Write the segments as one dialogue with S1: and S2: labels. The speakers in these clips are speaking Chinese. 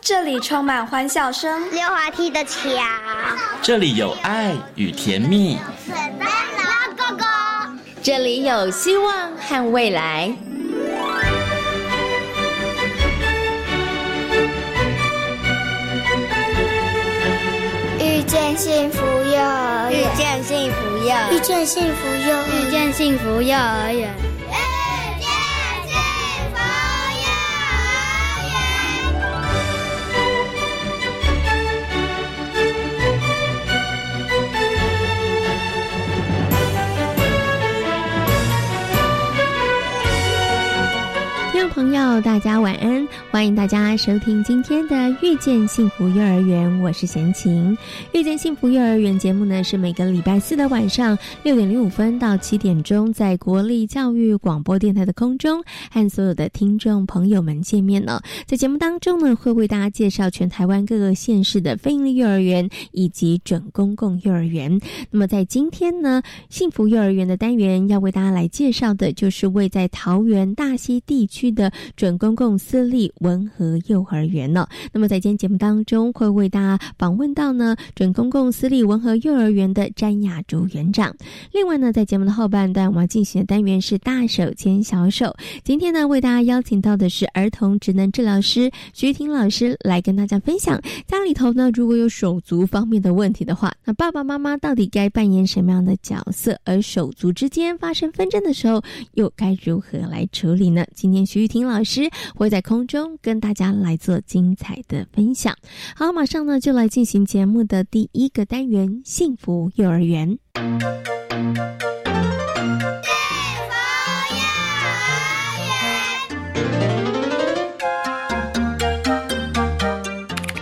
S1: 这里充满欢笑声，
S2: 溜滑梯的桥，
S3: 这里有爱与甜蜜，
S2: 水灯老哥哥，
S4: 这里有希望和未来。
S2: 遇见幸福幼儿园，
S4: 见幸福幼，
S2: 遇见幸福幼儿园，
S4: 见幸福幼儿园。
S2: 遇见幸福幼儿园。
S5: 听众朋友，大家晚安！欢迎大家收听今天的《遇见幸福幼儿园》，我是贤琴。《遇见幸福幼儿园》节目呢是每个礼拜四的晚上六点零五分到七点钟，在国立教育广播电台的空中和所有的听众朋友们见面了、在节目当中呢，会为大家介绍全台湾各个县市的非营利幼儿园以及准公共幼儿园。那么在今天呢，幸福幼儿园的单元要为大家来介绍的，就是位在桃园大溪地区的准公共私立文和幼儿园呢、那么在今天节目当中，会为大家访问到呢准公共私立文和幼儿园的詹雅竹园长。另外呢，在节目的后半段，我们要进行的单元是大手牵小手。今天呢，为大家邀请到的是儿童职能治疗师徐婷老师来跟大家分享家里头呢，如果有手足方面的问题的话，那爸爸妈妈到底该扮演什么样的角色？而手足之间发生纷争的时候，又该如何来处理呢？今天徐玉婷老师会在空中跟大家来做精彩的分享。好，马上呢就来进行节目的第一个单元——幸福幼儿园。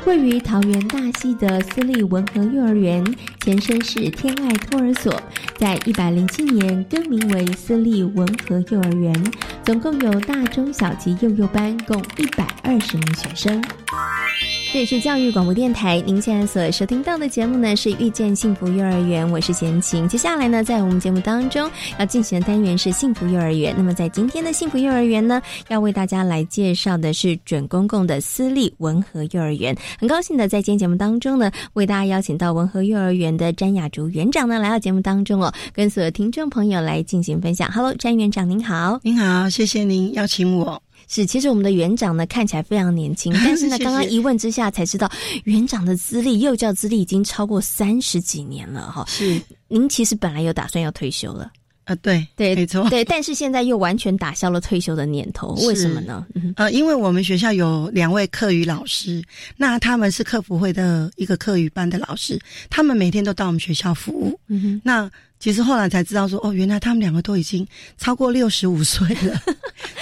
S5: 位于桃园大溪的私立文和幼儿园，前身是天爱托儿所，在一百零七年更名为私立文和幼儿园，总共有大中小及幼幼班共一百二十名学生。这里是教育广播电台，您现在所收听到的节目呢是《遇见幸福幼儿园》，我是贤琴。接下来呢，在我们节目当中要进行的单元是幸福幼儿园。那么在今天的幸福幼儿园呢，要为大家来介绍的是准公共的私立文和幼儿园。很高兴的在今天节目当中呢，为大家邀请到文和幼儿园的詹雅竹园长呢来到节目当中哦，跟所有听众朋友来进行分享。Hello，詹园长您好。
S6: 您好，谢谢您邀请我。
S5: 是，其实我们的园长呢看起来非常年轻，但是呢，
S6: 谢谢
S5: 刚刚一问之下才知道，园长的资历，幼教资历已经超过三十几年了哈。
S6: 是
S5: 您其实本来有打算要退休了，
S6: 啊，对
S5: 对
S6: 没错。
S5: 对，但是现在又完全打消了退休的念头，为什么呢？嗯
S6: 呃，因为我们学校有两位课语老师，那他们是客服会的一个课语班的老师，他们每天都到我们学校服务。
S5: 嗯哼，
S6: 那其实后来才知道说，哦，原来他们两个都已经超过六十五岁 了，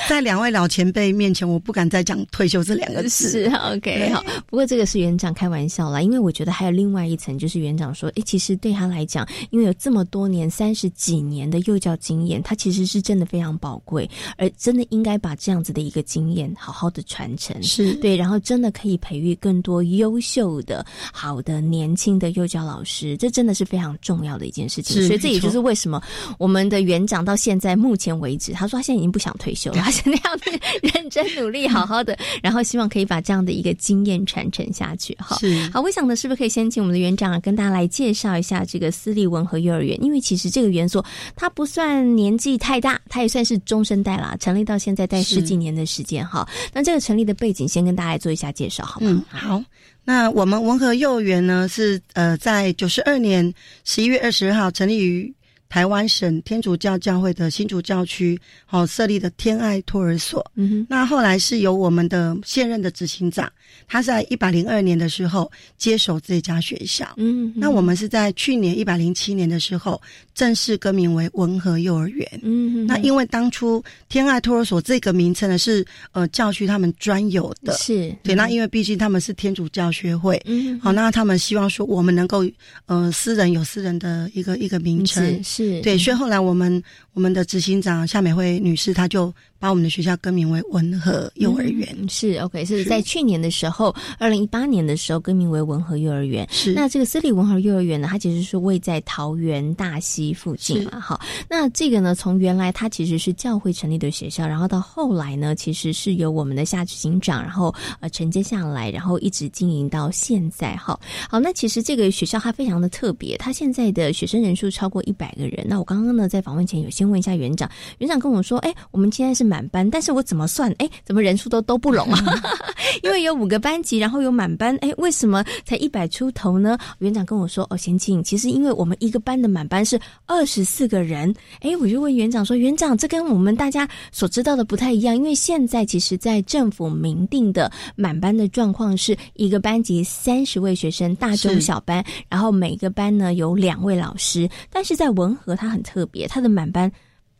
S6: 在两位老前辈面前，我不敢再讲退休这两个字。
S5: 是 OK
S6: 对
S5: 好，不过这个是园长开玩笑啦，因为我觉得还有另外一层，就是园长说，诶，其实对他来讲，因为有这么多年三十几年的幼教经验，他其实是真的非常宝贵，而真的应该把这样子的一个经验好好的传承。
S6: 是，
S5: 对，然后真的可以培育更多优秀的、好的、年轻的幼教老师，这真的是非常重要的一件事情。
S6: 是
S5: 所以这也
S6: 没错
S5: 就是为什么我们的园长到现在目前为止，他说他现在已经不想退休了，他现在要 去认真努力，好好的，然后希望可以把这样的一个经验传承下去。哈，
S6: 是
S5: 好，我想呢，是不是可以先请我们的园长啊跟大家来介绍一下这个私立文和幼儿园？因为其实这个园所它不算年纪太大，它也算是中生代啦，成立到现在带
S6: 是
S5: 十几年的时间哈。那这个成立的背景，先跟大家来做一下介绍好吗？
S6: 嗯，好。那我们文和幼儿园呢，是呃，在九十二年十一月二十号成立于台湾省天主教教会的新竹教区，好、设立的天爱托儿所。
S5: 嗯哼，
S6: 那后来是由我们的现任的执行长，他在一百零二年的时候接手这家学校。
S5: 嗯，
S6: 那我们是在去年一百零七年的时候正式更名为文和幼儿园。
S5: 嗯，嗯
S6: 那因为当初天爱托儿所这个名称呢，是呃教区他们专有的，
S5: 是
S6: 对，那因为毕竟他们是天主教学会，
S5: 嗯
S6: 好、那他们希望说我们能够，呃，私人有私人的一个一个名称
S5: 是，是嗯
S6: 对，所以后来我们我们的执行长夏美惠女士，她就把我们的学校更名为文和幼儿园。
S5: 嗯是 OK，是在去年的时候，二零一八年的时候更名为文和幼儿园。
S6: 是
S5: 那这个私立文和幼儿园呢，它其实是位在桃园大溪附近嘛，哈。那这个呢，从原来它其实是教会成立的学校，然后到后来呢，其实是由我们的夏执行长，然后呃承接下来，然后一直经营到现在，哈。好，那其实这个学校它非常的特别，它现在的学生人数超过一百个人。那我刚刚呢在访问前有先问一下园长，园长跟我说，哎，我们现在是满班，但是我怎么算，哎，怎么人数都都不拢啊？ 因为有五个班级，然后有满班，哎，为什么才一百出头呢？园长跟我说，哦，贤庆，其实因为我们一个班的满班是二十四个人，哎，我就问园长说，园长，这跟我们大家所知道的不太一样，因为现在其实，在政府明定的满班的状况是一个班级三十位学生，大中
S6: 是
S5: 小班，然后每个班呢有两位老师，但是在文和它很特别，它的满班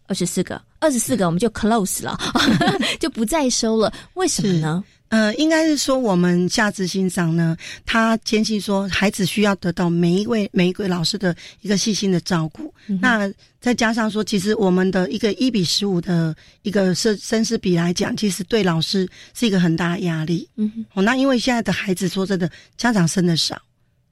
S5: 二十四个，二十
S6: 嗯
S5: 四个我们就 close 了， 就不再收了，为什么呢？
S6: 呃，应该是说我们夏执行长呢，他坚信说孩子需要得到每一位每一位老师的一个细心的照顾。
S5: 嗯
S6: 那再加上说，其实我们的一个一比十五的一个生生师比来讲，其实对老师是一个很大的压力。
S5: 嗯哼，
S6: 哦，那因为现在的孩子说真的，家长生的少，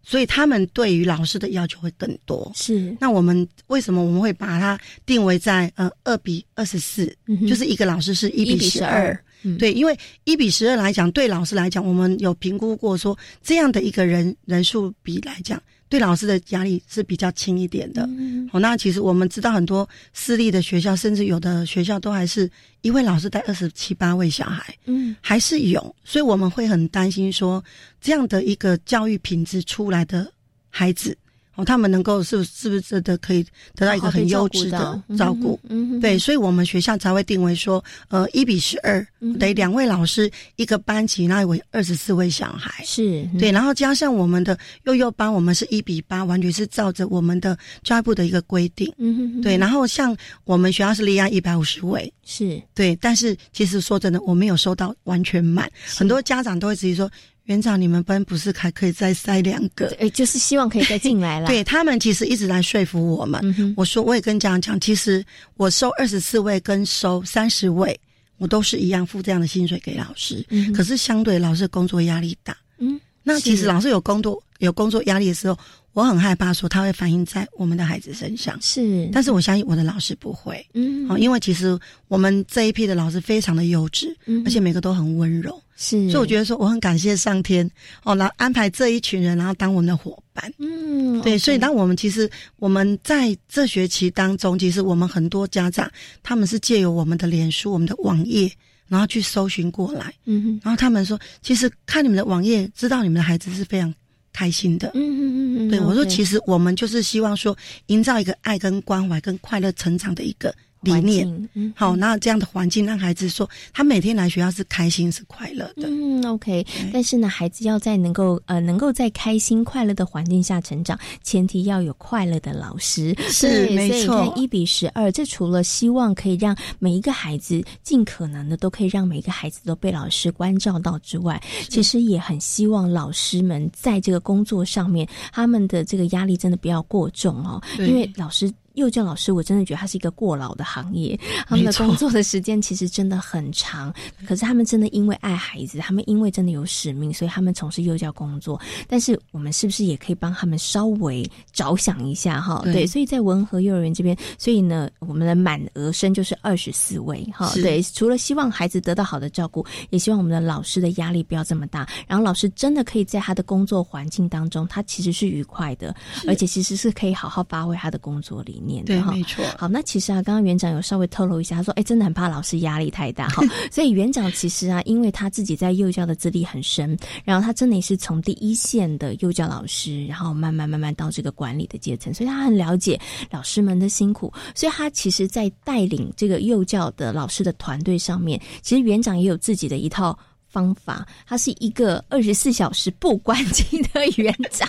S6: 所以他们对于老师的要求会更多。
S5: 是，
S6: 那我们为什么我们会把它定为在呃二比二十四，
S5: 嗯哼
S6: 就是一个老师是一
S5: 1
S6: 比
S5: 比
S6: 十
S5: 12
S6: 二、
S5: 嗯
S6: 对，因为一比十二来讲，对老师来讲，我们有评估过说，这样的一个人人数比来讲，对老师的压力是比较轻一点的。
S5: 嗯
S6: 哦，那其实我们知道很多私立的学校，甚至有的学校都还是一位老师带二十七八位小孩，
S5: 嗯
S6: 还是有，所以我们会很担心说，这样的一个教育品质出来的孩子，哦，他们能够是是不是真的可以得到一个很优质的照顾？，
S5: 嗯哼，
S6: 对，所以我们学校才会定为说，呃，一比十二、得两位老师一个班级，那为二十四位小孩。
S5: 是，嗯
S6: 对，然后加上我们的幼幼班，我们是一比八，完全是照着我们的教育部的一个规定。
S5: 嗯哼，
S6: 对，然后像我们学校是立案一百五十位，
S5: 是，
S6: 对，但是其实说真的，我没有收到完全满，很多家长都会质疑说，园长你们班不是还可以再塞两个？
S5: 哎，就是希望可以再进来啦，
S6: 对他们其实一直来说服我们。
S5: 嗯哼，
S6: 我说我也跟家长讲，其实我收二十四位跟收三十位，我都是一样付这样的薪水给老师，
S5: 嗯哼
S6: 可是相对老师工作压力大。
S5: 嗯，
S6: 那其实
S5: 是
S6: 老师有工作有工作压力的时候，我很害怕说他会反映在我们的孩子身上，
S5: 是，
S6: 但是我相信我的老师不会。
S5: 嗯
S6: 哦，，因为其实我们这一批的老师非常的优质，
S5: 嗯
S6: 而且每个都很温柔，
S5: 是，
S6: 所以我觉得说我很感谢上天哦，来安排这一群人，然后当我们的伙伴。
S5: 得，嗯，
S6: 对，所以当我们其实我们在这学期当中，其实我们很多家长他们是借由我们的脸书、我们的网页，然后去搜寻过来，
S5: 嗯哼，
S6: 然后他们说，其实看你们的网页，知道你们的孩子是非常开心的。
S5: 嗯嗯嗯嗯，
S6: 对，我说，
S5: 实
S6: 其实我们就是希望说，营造一个爱跟关怀跟快乐成长的一个理念。，
S5: 嗯。
S6: 好，那这样的环境让孩子说，他每天来学校是开心是快乐的。
S5: 嗯，OK，但是呢，孩子要在能够呃能够在开心快乐的环境下成长，前提要有快乐的老师。
S6: 是
S5: 对
S6: 没
S5: 所以你
S6: 错
S5: 看一比十二，这除了希望可以让每一个孩子尽可能的都可以让每一个孩子都被老师关照到之外，其实也很希望老师们在这个工作上面，他们的这个压力真的不要过重哦，
S6: 对
S5: 因为老师。幼教老师，我真的觉得他是一个过劳的行业， 他们的
S6: 没错嗯
S5: 工作的时间其实真的很长，可是他们真的因为爱孩子，他们因为真的有使命，所以他们从事幼教工作。但是我们是不是也可以帮他们稍微着想一下哈？
S6: 对
S5: 对，所以在文和幼儿园这边，所以呢，我们的满额生就是二十四位哈。
S6: 是
S5: 对，除了希望孩子得到好的照顾，也希望我们的老师的压力不要这么大，然后老师真的可以在他的工作环境当中，他其实是愉快的，而且其实是可以好好发挥他的工作理念的
S6: 对，
S5: 哈。
S6: 没错。
S5: 好，那其实啊，刚刚园长有稍微透露一下，他说，哎，真的很怕老师压力太大哈，所以园长其实啊，因为他自己在幼教的资历很深，然后他真的也是从第一线的幼教老师，然后慢慢慢慢到这个管理的阶层，所以他很了解老师们的辛苦，所以他其实，在带领这个幼教的老师的团队上面，其实园长也有自己的一套。方法，他是一个二十四小时不关机的园长，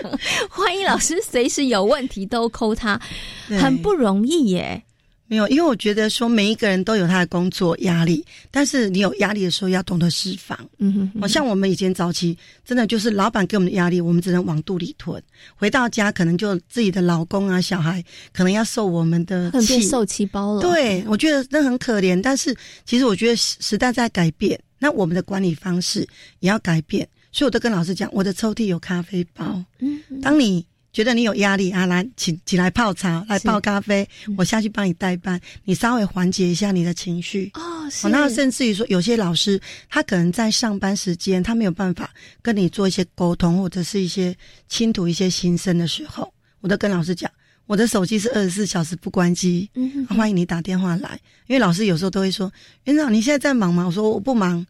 S5: 欢迎老师随时有问题都扣他，
S6: 对
S5: 很不容易耶。
S6: 没有，因为我觉得说每一个人都有他的工作压力，但是你有压力的时候要懂得释放。
S7: 嗯哼哼
S6: 好、像我们以前早期真的就是老板给我们的压力，我们只能往肚里吞。回到家可能就自己的老公啊、小孩，可能要受我们的
S7: 很变
S6: 气。
S7: 受气包了。，
S6: 对，我觉得那很可怜。但是其实我觉得时时代在改变，那我们的管理方式也要改变。所以我都跟老师讲，我的抽屉有咖啡包。
S7: 嗯，嗯
S6: 当你觉得你有压力啊，来起起来泡茶，来
S7: 是嗯
S6: 泡咖啡，我下去帮你代班，你稍微缓解一下你的情绪。
S7: 哦，
S6: 哦
S7: 是，
S6: 那甚至于说，有些老师他可能在上班时间，他没有办法跟你做一些沟通，或者是一些倾吐一些心声的时候，我都跟老师讲，我的手机是二十四小时不关机，
S7: 嗯哼
S6: 啊欢迎你打电话来。因为老师有时候都会说，园长你现在在忙吗？我说我不忙，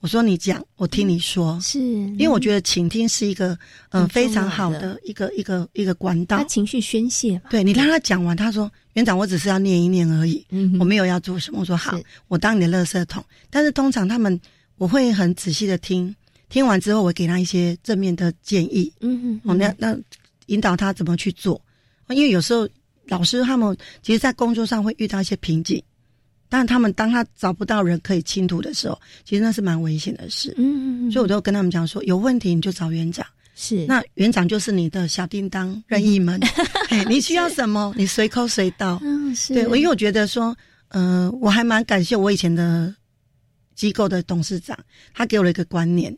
S6: 我说你讲，我听你说。
S7: 是，
S6: 因为我觉得倾听是一个
S7: 嗯很
S6: 呃
S7: 重
S6: 非
S7: 要
S6: 常好
S7: 的
S6: 的一个一个一个管
S7: 他
S6: 道。
S7: 情绪宣泄嘛，
S6: 对你让他讲完，他说：“园长，我只是要念一念而已，
S7: 嗯哼
S6: 我没有要做什么。”我说：“好
S7: 是，
S6: 我当你的垃圾桶。”但是通常他们我会很仔细的听，听完之后我给他一些正面的建议，
S7: 嗯
S6: 哦，那那引导他怎么去做。哦因为有时候老师他们其实，在工作上会遇到一些瓶颈，但他们当他找不到人可以倾吐的时候，其实那是蛮危险的事。
S7: 嗯嗯，
S6: 所以我都跟他们讲说，有问题你就找园长。
S7: 是
S6: 那园长就是你的小叮当任意门，嘿你需要什么你随口随到。
S7: 嗯是，
S6: 对，我因为我觉得说，呃，我还蛮感谢我以前的机构的董事长，他给我了一个观念：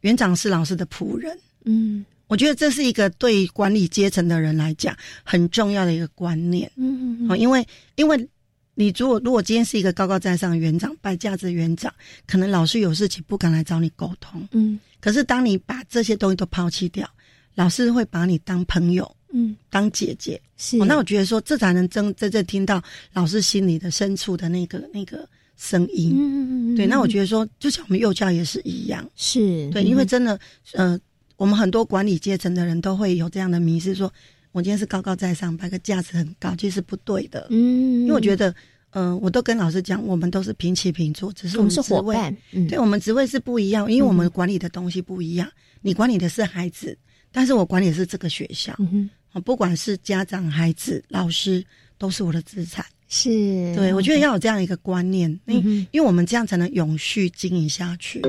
S6: 园长是老师的仆人。
S7: 嗯
S6: 我觉得这是一个对管理阶层的人来讲很重要的一个观念。
S7: 嗯嗯
S6: 哦，因为因为你如果如果今天是一个高高在上的园长、摆架子的园长，可能老师有事情不敢来找你沟通。
S7: 嗯
S6: 可是当你把这些东西都抛弃掉，老师会把你当朋友、
S7: 嗯
S6: 当姐姐。
S7: 是，
S6: 哦、那我觉得说，这才能真真正听到老师心里的深处的那个那个声音。
S7: 嗯嗯嗯，嗯
S6: 对，那我
S7: 得
S6: 觉得说，就像我们幼教也是一样。
S7: 是
S6: 对，因为真的，呃，我们很多管理阶层的人都会有这样的迷失，说我今天是高高在上，摆个架子很高，其实是不对的。
S7: 嗯，
S6: 因为我觉
S7: 得
S6: 得，呃，我都跟老师讲，我们都是平起平坐，只是
S7: 我
S6: 我
S7: 们
S6: 们
S7: 是
S6: 职
S7: 伙
S6: 位
S7: 伴，嗯
S6: 对，我们职位是不一样，因为我们管理的东西不一样。你管理的是孩子，但是我管理的是这个学校。
S7: 嗯哼
S6: 哦不管是家长、孩子、老师，都是我的资产。
S7: 是，
S5: 嗯
S6: 对，我觉得要有这样一个观念，因、
S7: 嗯哼
S6: 因为我们这样才能永续经营下去。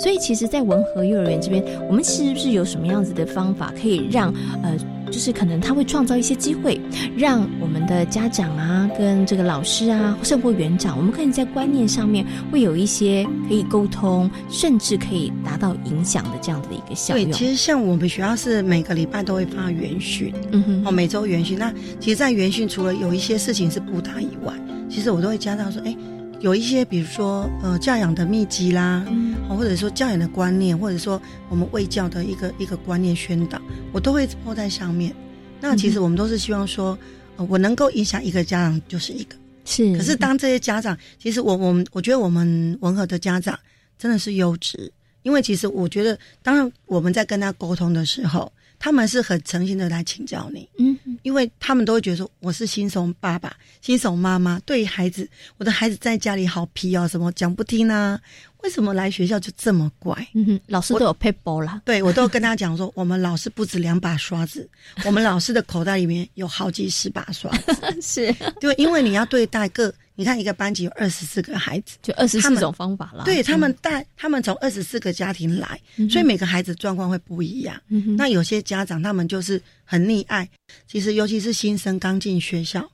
S5: 所以其实，在文和幼儿园这边，我们是不是有什么样子的方法可以让呃，就是可能他会创造一些机会，让我们的家长啊，跟这个老师啊，甚或园长，我们可以在观念上面会有一些可以沟通，甚至可以达到影响的这样子的一个效
S6: 对，
S5: 用。
S6: 其实像我们学校是每个礼拜都会发元训，
S5: 嗯哼
S6: 哦，每周元训。那其实，在元训除了有一些事情是不大以外，其实我都会加上说，哎，有一些比如说呃教养的秘籍啦，
S5: 嗯
S6: 哦或者说教养的观念，或者说我们卫教的一个一个观念宣导，我都会抛在上面。那其实我们都是希望说，呃我能够影响一个家长就是一个。
S5: 是，
S6: 可是当这些家长，其实我我们我觉得我们文和的家长真的是优质，因为其实我觉得，当然我们在跟他沟通的时候，他们是很诚心的来请教你，
S5: 嗯哼，
S6: 因为他们都会觉得说我是新手爸爸、新手妈妈，对于孩子，我的孩子在家里好皮哦，什么讲不听啊，为什么来学校就这么乖？
S5: 嗯哼，老师都有 p a p e 啦，
S6: 对我都跟他讲说，我们老师不止两把刷子，我们老师的口袋里面有好几十把刷子，
S5: 是，
S6: 对，因为你要对待各，你看一个班级有二十四个孩子。
S5: 就二十
S6: 他
S5: 四
S6: 们
S5: 种方法啦。
S6: 对他们带他们从二十四个家庭来，所以每个孩子状况会不一样。
S5: 嗯哼，
S6: 那有些家长他们就是很溺爱，其实尤其是新生刚进学校，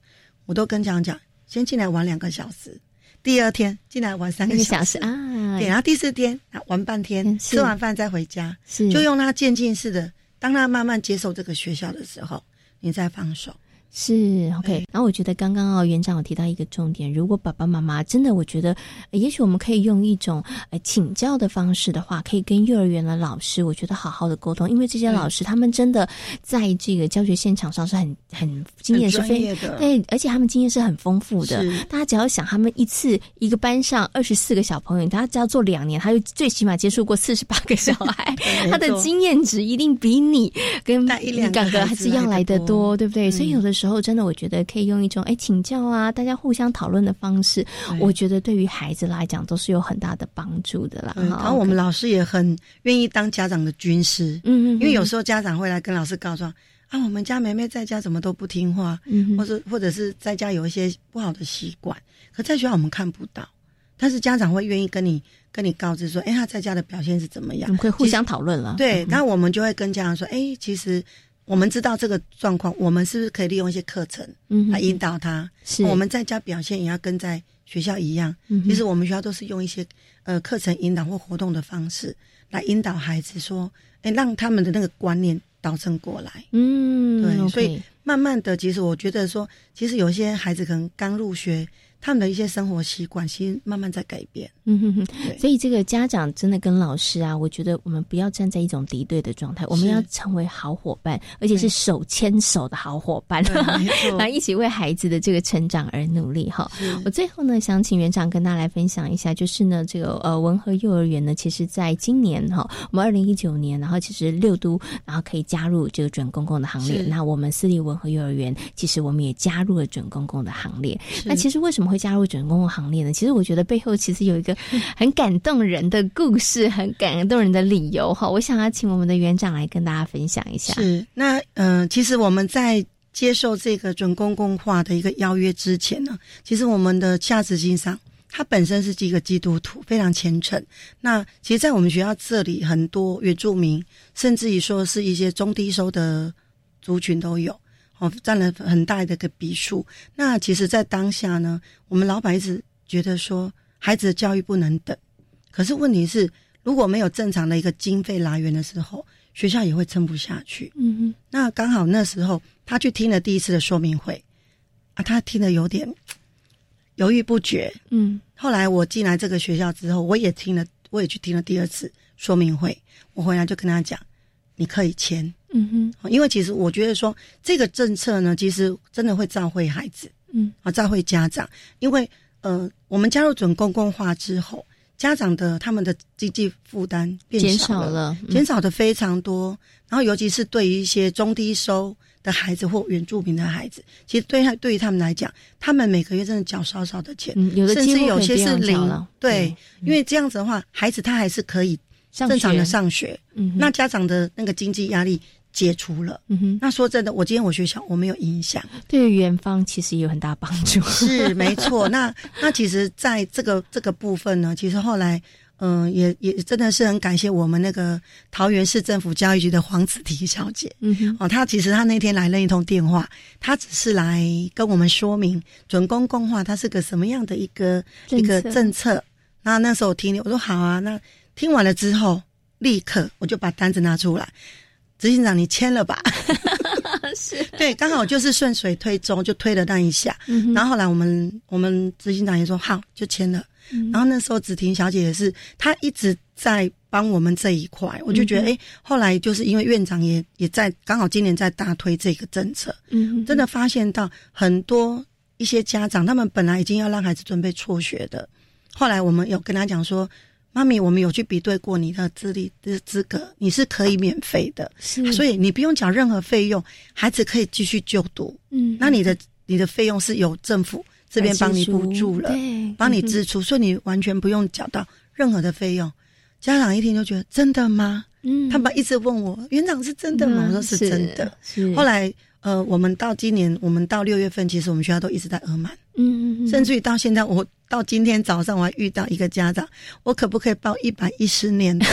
S6: 我都跟家长讲，先进来玩两个小时，第二天进来玩三
S5: 那
S6: 个
S5: 个
S6: 小
S5: 小时。
S6: 时
S5: 啊，
S6: 对，然后第四天啊玩半天，
S5: 嗯是嗯
S6: 吃完饭再回家，
S5: 是
S6: 就用他渐进式的，当他慢慢接受这个学校的时候，你再放手。
S5: 是 OK
S6: 对。
S5: 然后我觉得刚刚哦，园长有提到一个重点，如果爸爸妈妈真的，我觉得、呃也许我们可以用一种呃请教的方式的话，可以跟幼儿园的老师，我觉得好好的沟通，因为这些老师他们真的在这个教学现场上是很很经验是
S6: 很专
S5: 非
S6: 业的
S5: 对，而且他们经验是很丰富的。
S6: 是
S5: 大家只要想，他们一次一个班上二十四个小朋友，他只要做两年，他就最起码接触过四十八个小孩，
S6: 没
S5: 他的
S6: 错
S5: 经验值一定比你跟
S6: 带一两个
S5: 你哥
S6: 孩
S5: 还
S6: 子
S5: 是要
S6: 来
S5: 来
S6: 得
S5: 的
S6: 多嗯
S5: 多。对不对？所以有的时候真的，我觉得可以用一种哎请教啊，大家互相讨论的方式，我觉得对于孩子来讲都是有很大的帮助的啦。
S6: 嗯，
S5: 哈
S6: 然后我们老师也很愿意当家长的军师，
S5: 嗯嗯，
S6: 因为有
S5: 时
S6: 时候家长会来跟老师告状，啊，我们家梅梅在家怎么都不听话，
S5: 嗯
S6: 或
S5: 哼，
S6: 者或者是在家有一些不好的习惯，可在学校我们看不到，但是家长会愿意跟你跟你告知说，哎，他在家的表现是怎么
S5: 我
S6: 样
S5: 们？会互相讨论了。
S6: 对，
S5: 嗯
S6: 那我们就会跟家长说，哎，其实我们知道这个状况，我们是不是可以利用一些课程
S5: 嗯
S6: 来
S5: 哼，
S6: 引导他？哦
S5: 是
S6: 我们在家表现也要跟在学校一样。
S5: 嗯哼
S6: 其实我们学校都是用一些呃课程引导或活动的方式来引导孩子说，哎，让他们的那个观念导正过来。
S5: 嗯，
S6: 对
S5: OK
S6: 所以慢慢的，其实我觉得说，其实有些孩子可能刚入学，他们的一些生活习惯其实慢慢在改 变。
S5: 嗯哼哼，
S6: 对
S5: 所以这个家长真的跟老师啊，我觉得我们不要站在一种敌对的状态，我们
S6: 是
S5: 要成为好伙伴，而且是
S6: 对
S5: 手牵手的好伙伴，
S6: 对没错
S5: 来一起为孩子的这个成长而努力哈。
S6: 嗯是
S5: 我最后呢，想请园长跟大家来分享一下，就是呢，这个呃文和幼儿园呢，其实在今年哈，我们二零一九年，然后其实六都然后可以加入这个准公共的行列，
S6: 是
S5: 那我们私立文和幼儿园其实我们也加入了准公共的行列。 那其实为什么会加入准公共行列呢？其实我觉得背后其实有一个 很感动人的故事，很感动人的理由哈。我想要请我们的园长来跟大家分享一下。
S6: 是，那嗯、呃其实我们在接受这个准公共化的一个邀约之前呢，其实我们的夏执行长他本身是一个基督徒，非常虔诚。那其实，在我们学校这里，很多原住民，甚至于说是一些中低收的族群都有。哦，占了很大的一个比数。那其实，在当下呢，我们老板一直觉得说，孩子的教育不能等。可是问题是，如果没有正常的一个经费来源的时候，学校也会撑不下去。
S5: 嗯
S6: 那刚好那时候他去听了第一次的说明会，啊，他听得有点犹豫不决。
S5: 哼，嗯
S6: 后来我进来这个学校之后，我也听了，我也去听了第二次说明会。我回来就跟他讲，你可以签，
S5: 嗯哼，
S6: 因为其实我觉得说这个政策呢，其实真的会召会孩子，
S5: 嗯，
S6: 啊，召会家长，因为呃，我们加入准公共化之后，家长的他们的经济负担变
S5: 减
S6: 少
S5: 少了，嗯
S6: 减少的非常多。然后，尤其是对于一些中低收的孩子或原住民的孩子，其实对他对于他们来讲，他们每个月真的缴少少的钱，
S5: 嗯，有的
S6: 甚
S5: 几
S6: 至
S5: 乎
S6: 有
S5: 可以
S6: 些
S5: 不
S6: 是
S5: 用找
S6: 零
S5: 了。
S6: 对，，因为这样子的话，孩子他还是可以
S5: 上
S6: 正常的
S5: 学，
S6: 上学，
S5: 嗯哼
S6: 那家长的那个经济压力解除了。
S5: 嗯哼，
S6: 那说真的，我今天我学校我没有影响，
S5: 对于园方其实也有很大帮 助。
S6: 是没错。那那其实在这个这个部分呢，其实后来。嗯，也也真的是很感谢我们那个桃园市政府教育局的黄子婷小姐，
S5: 嗯哼，
S6: 哦，他其实他那天来了一通电话，他只是来跟我们说明准公共化它是个什么样的一个
S5: 政
S6: 一个
S5: 策
S6: 政策。那那时候我听，我说好啊。那听完了之后，立刻我就把单子拿出来，执行长你签了吧？
S5: 是，
S6: 对，刚好就是顺水推舟，就推了那一下。
S5: 嗯哼
S6: 然后后来我们我们执行长也说好，就签了。
S5: 嗯
S6: 然后那时候子婷小姐也是，她一直在帮我们这一块，我就觉得
S5: 嗯
S6: 哎、诶后来就是因为院长也也在刚好今年在大推这个政策，
S5: 嗯哼，
S6: 真的发现到很多一些家长，他们本来已经要让孩子准备辍学的，后来我们有跟他讲说。妈咪，我们有去比对过你的资历资资格，你是可以免费的，
S5: 是，
S6: 啊所
S5: 以，
S6: 以你不用缴任何费用，孩子可以继续就读。
S5: 嗯，
S6: 那你的你的费用是由政府这边帮你补助了，
S5: 对，
S6: 帮你
S5: 嗯哼
S6: 支出，所以你完全不用缴到任何的费用。家长一听就觉得真的吗？
S5: 嗯
S6: 他们一直问我，园长是真的吗？我说是真的。。
S5: 是
S6: 后，来呃，我们到今年，我们到六月份，其实我们学校都一直在额满，
S5: 嗯嗯嗯，
S6: 甚至于到现在，我到今天早上我还遇到一个家长，我可不可以报一百一十 年的？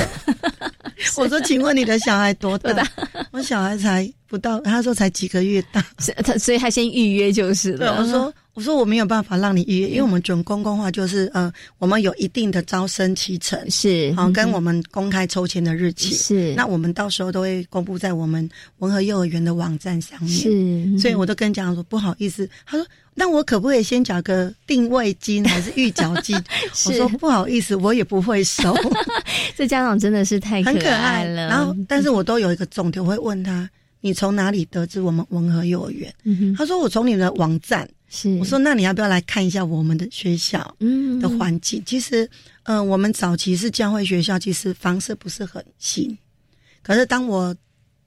S6: 我说，请问你的小孩多大？我小孩才不到，他说才几个月 大。
S5: 是他，所以他先预约就是
S6: 对，
S5: 了。
S6: 我说我说我没有办法让你预约，
S5: 嗯
S6: 因为我们准公共化就是呃，我们有一定的招生期程，
S5: 是，
S6: 好、
S5: 嗯
S6: 跟
S5: 哼
S6: 我们公开抽签的日期。
S5: 是，
S6: 那我们到时候都会公布在我们文和幼儿园的网站上面。
S5: 是，，嗯
S6: 所以
S5: 哼
S6: 我都跟家长说不好意思，他说那我可不可以先缴个定位金还是预缴 金？我说不好意思，我也不会收，
S5: 这家长真的是 太
S6: 很可
S5: 爱
S6: 爱。
S5: 了。
S6: 然后，但是我都有一个重点，我会问他你从哪里得知我们文和幼儿园？
S5: 嗯哼，
S6: 他说我从你的网站。
S5: 是，
S6: 我说，那你要不要来看一下我们的学校
S5: 嗯
S6: 的环境？其实，嗯、我们早期是教会学校，其实房舍不是很新。可是当我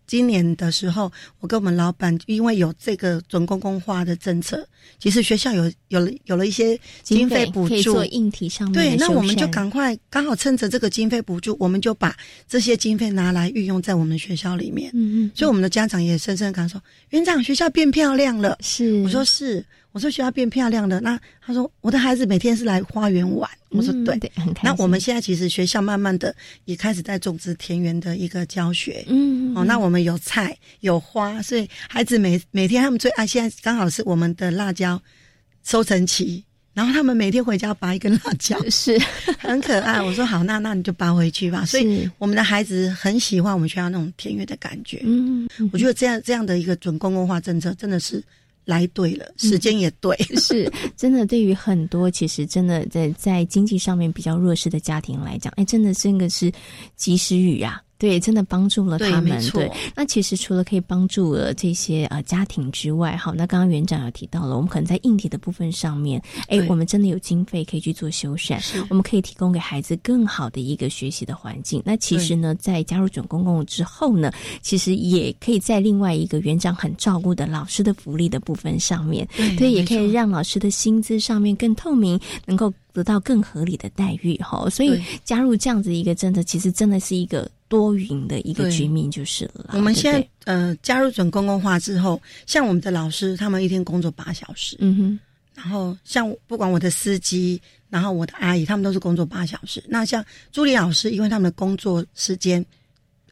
S6: 今年的时候，我跟我们老板因为有这个准公共化的政策，其实学校有有了有了一些经费补
S5: 可以
S6: 助
S5: 做，硬体上面
S6: 对，
S5: 的
S6: 那
S5: 修
S6: 我们就
S5: 缮
S6: 赶快刚好趁着这个经费补助，我们就把这些经费拿来运用在我们学校里面。
S5: 嗯嗯，
S6: 所以我们的家长也深深地感受，园长学校变漂亮了。
S5: 是
S6: 我说是，我说学校变漂亮了。那他说我的孩子每天是来花园玩。我说
S5: 嗯
S6: 对。
S5: 对，很开
S6: 那
S5: 心。
S6: 我们现在其实学校慢慢的也开始在种植田园的一个教学。
S5: 嗯，
S6: 哦，那我们有菜有花，所以孩子每每天他们最爱，现在刚好是我们的辣椒收成期，然后他们每天回家拔一根辣 椒，
S5: 是
S6: 很可爱。我说好，那那你就拔回去吧。所以
S5: 是
S6: 我们的孩子很喜欢我们学校那种田园的感觉。
S5: 嗯，
S6: 我觉得这样这样的一个准公共化政策真的是来对了，时间也 对。
S5: 是真的，对于很多其实真的在在经济上面比较弱势的家庭来讲，哎，真的真的是及时雨啊。对，真的帮助了
S6: 对
S5: 他
S6: 没
S5: 们。
S6: 错
S5: 对，那其实除了可以帮助了这些呃家庭之外，好，那刚刚园长有提到了，我们可能在硬体的部分上面，哎
S6: 对，
S5: 我们真的有经费可以去做修缮，我们可以提供给孩子更好的一个学习的环境。那其实呢，在加入准公共之后呢，其实也可以在另外一个园长很照顾的老师的福利的部分上面，
S6: 嗯
S5: 对，也可以让老师的薪资上面更透明，能够得到更合理的待遇哈。所以
S6: 对
S5: 加入这样子一个政策，其实真的是一个多云的一个
S6: 对
S5: 局面就是了啦。
S6: 我们
S5: 对不
S6: 现在
S5: 对
S6: 呃加入准公共化之后，像我们的老师，他们一天工作八小时，
S5: 嗯哼，
S6: 然后像我不管我的司机，然后我的阿姨，他们都是工作八小时。那像朱莉老师，因为他们的工作时间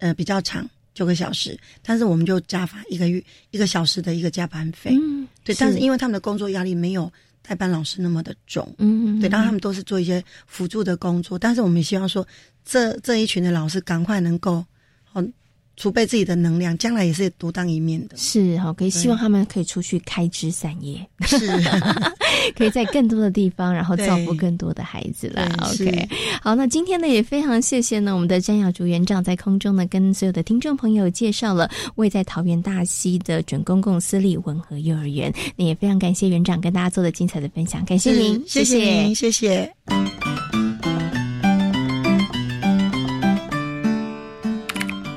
S6: 呃比较长，九个小时，但是我们就加发一个月一个小时的一个加班费。
S5: 嗯，
S6: 哎对，但是因为他们的工作压力没有代班老师那么的重，
S5: 嗯，。
S6: 对，当然他们都是做一些辅助的工作，但是我们也希望说，这这一群的老师赶快能够，哦，储备自己的能量，将来也是独当一面的
S5: 是哈，可以希望他们可以出去开枝散叶。
S6: 是，
S5: 可以在更多的地方，然后造福
S6: 对
S5: 更多的孩子啦。
S6: 对
S5: OK，好，那今天呢也非常谢谢呢我们的詹雅竹园长在空中呢跟所有的听众朋友介绍了位在桃园大溪的准公共私立文和幼儿园。那也非常感谢园长跟大家做的精彩的分享，感谢您，
S6: 是谢谢您，谢谢。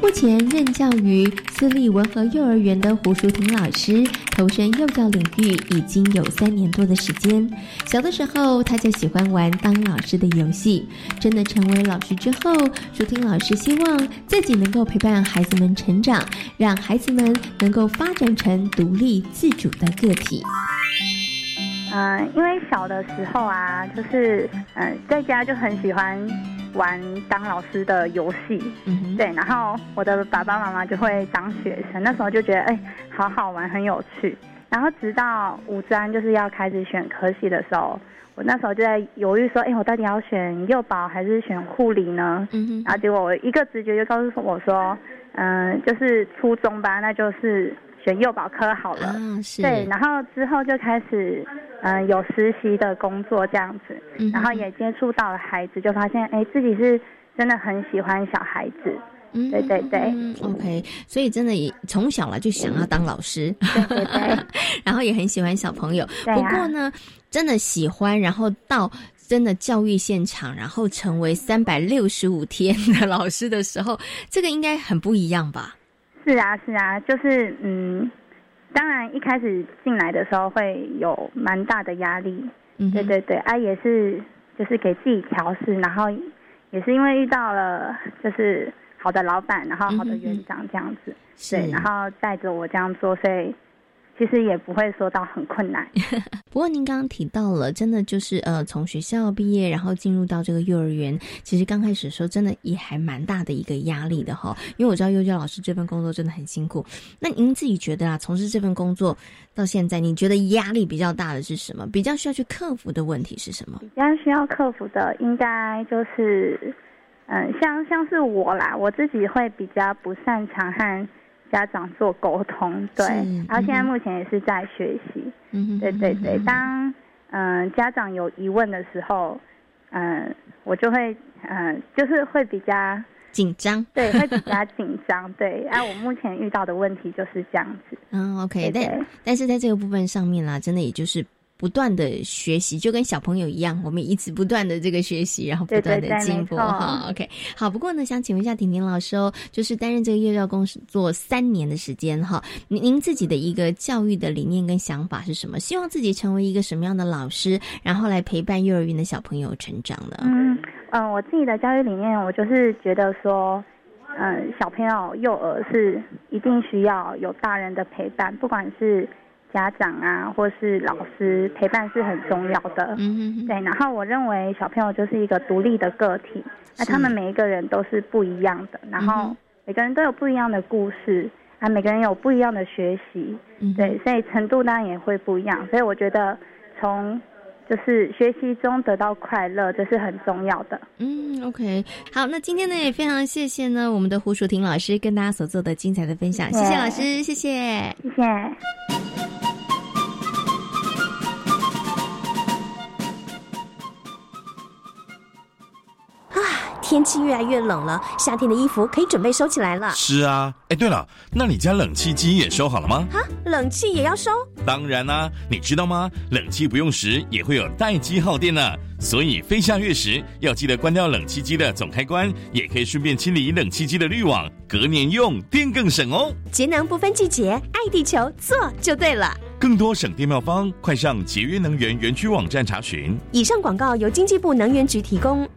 S7: 目前任教于私立文和幼儿园的胡淑婷老师，投身幼教领域已经有三年多的时间。小的时候，她就喜欢玩当老师的游戏。真的成为老师之后，淑婷老师希望自己能够陪伴孩子们成长，让孩子们能够发展成独立自主的个体。
S8: 嗯，因为小的时候啊，就是嗯、在家就很喜欢玩当老师的游戏，
S5: 嗯哼，
S8: 对，然后我的爸爸妈妈就会当学生，那时候就觉得哎、好好玩，很有趣。然后直到五专就是要开始选科系的时候，我那时候就在犹豫说，哎、我到底要选幼保还是选护理呢？
S5: 嗯哼，
S8: 然后结果我一个直觉就告诉我说，嗯、就是初中吧，那就是选幼保科好了。
S7: 嗯
S5: 啊是，
S8: 对，然后之后就开始，嗯、有实习的工作这样子，
S5: 嗯哼
S8: 然后也接触到了孩子，就发现哎，自己是真的很喜欢小孩子，
S5: 嗯
S8: 对对对
S5: 嗯，OK，所以真的也从小了就想要当老师，
S8: 对对对，
S5: 然后也很喜欢小朋友。
S8: 对啊
S5: 不过呢，真的喜欢，然后到真的教育现场，然后成为三百六十五天的老师的时候，这个应该很不一样吧？
S8: 是啊是啊，就是嗯，当然一开始进来的时候会有蛮大的压力，
S5: 嗯
S8: 对
S5: 哼，
S8: 对对，啊也是就是给自己调试，然后也是因为遇到了就是好的老板，然后好的
S5: 嗯哼
S8: 园长这样子，
S5: 是
S8: 对，然后带着我这样做，所以其实也不会说到很困难。
S5: 不过您刚刚提到了，真的就是呃，从学校毕业，然后进入到这个幼儿园，其实刚开始的时候，真的也还蛮大的一个压力的哈、因为我知道幼教老师这份工作真的很辛苦。那您自己觉得啊，从事这份工作到现在，你觉得压力比较大的是什么？比较需要去克服的问题是什么？
S8: 比较需要克服的，应该就是，嗯，像像是我啦，我自己会比较不擅长和家长做沟通，对
S5: 是嗯，
S8: 然后现在
S5: 哼
S8: 目前也是在学习，
S5: 嗯哼
S8: 对对对，当嗯家长有疑问的时候，嗯，我就会嗯就是会比较
S5: 紧张。
S8: 对会比较紧张，对，啊，我目前遇到的问题就是这样子，
S5: 嗯，OK，
S8: 对对
S5: 但但是在这个部分上面啦，真的也就是。不不断的学习，就跟小朋友一样，我们一直不断的这个学习，然后不断的
S8: 对对对
S5: 进步
S8: 没错
S5: 哈。OK，好，不过呢，想请问一下婷婷老师哦，就是担任这个幼教工作三年的时间哈，您您自己的一个教育的理念跟想法是什么？希望自己成为一个什么样的老师，然后来陪伴幼儿园的小朋友成长呢？
S8: 嗯嗯，我自己的教育理念，我就是觉得说，嗯，小朋友幼儿是一定需要有大人的陪伴，不管是家长啊，或是老师，陪伴是很重要的。
S5: 嗯哼哼，
S8: 对，然后我认为小朋友就是一个独立的个体，那
S5: 是
S8: 他们每一个人都是不一样的，然
S5: 嗯
S8: 后
S5: 哼
S8: 每个人都有不一样的故事，啊，每个人有不一样的学习，
S5: 嗯哼
S8: 对，所以程度当然也会不一样。所以我觉得从就是学习中得到快乐，这是很重要的。
S5: 嗯，OK，好，那今天呢也非常谢谢呢我们的胡淑婷老师跟大家所做的精彩的分享，谢
S8: 谢谢
S5: 谢老师，谢谢。
S8: 谢谢。
S9: 天气越来越冷了，夏天的衣服可以准备收起来了。
S3: 是啊，哎，对了，那你家冷气机也收好了吗？
S9: 冷气也要收？
S3: 当然啦、你知道吗？冷气不用时也会有待机耗电呢、所以非下月时要记得关掉冷气机的总开关，也可以顺便清理冷气机的滤网，隔年用电更省哦。
S9: 节能不分季节，爱地球，做就对了。
S3: 更多省电妙方，快上节约能源园区网站查询。
S9: 以上广告由经济部能源局提供。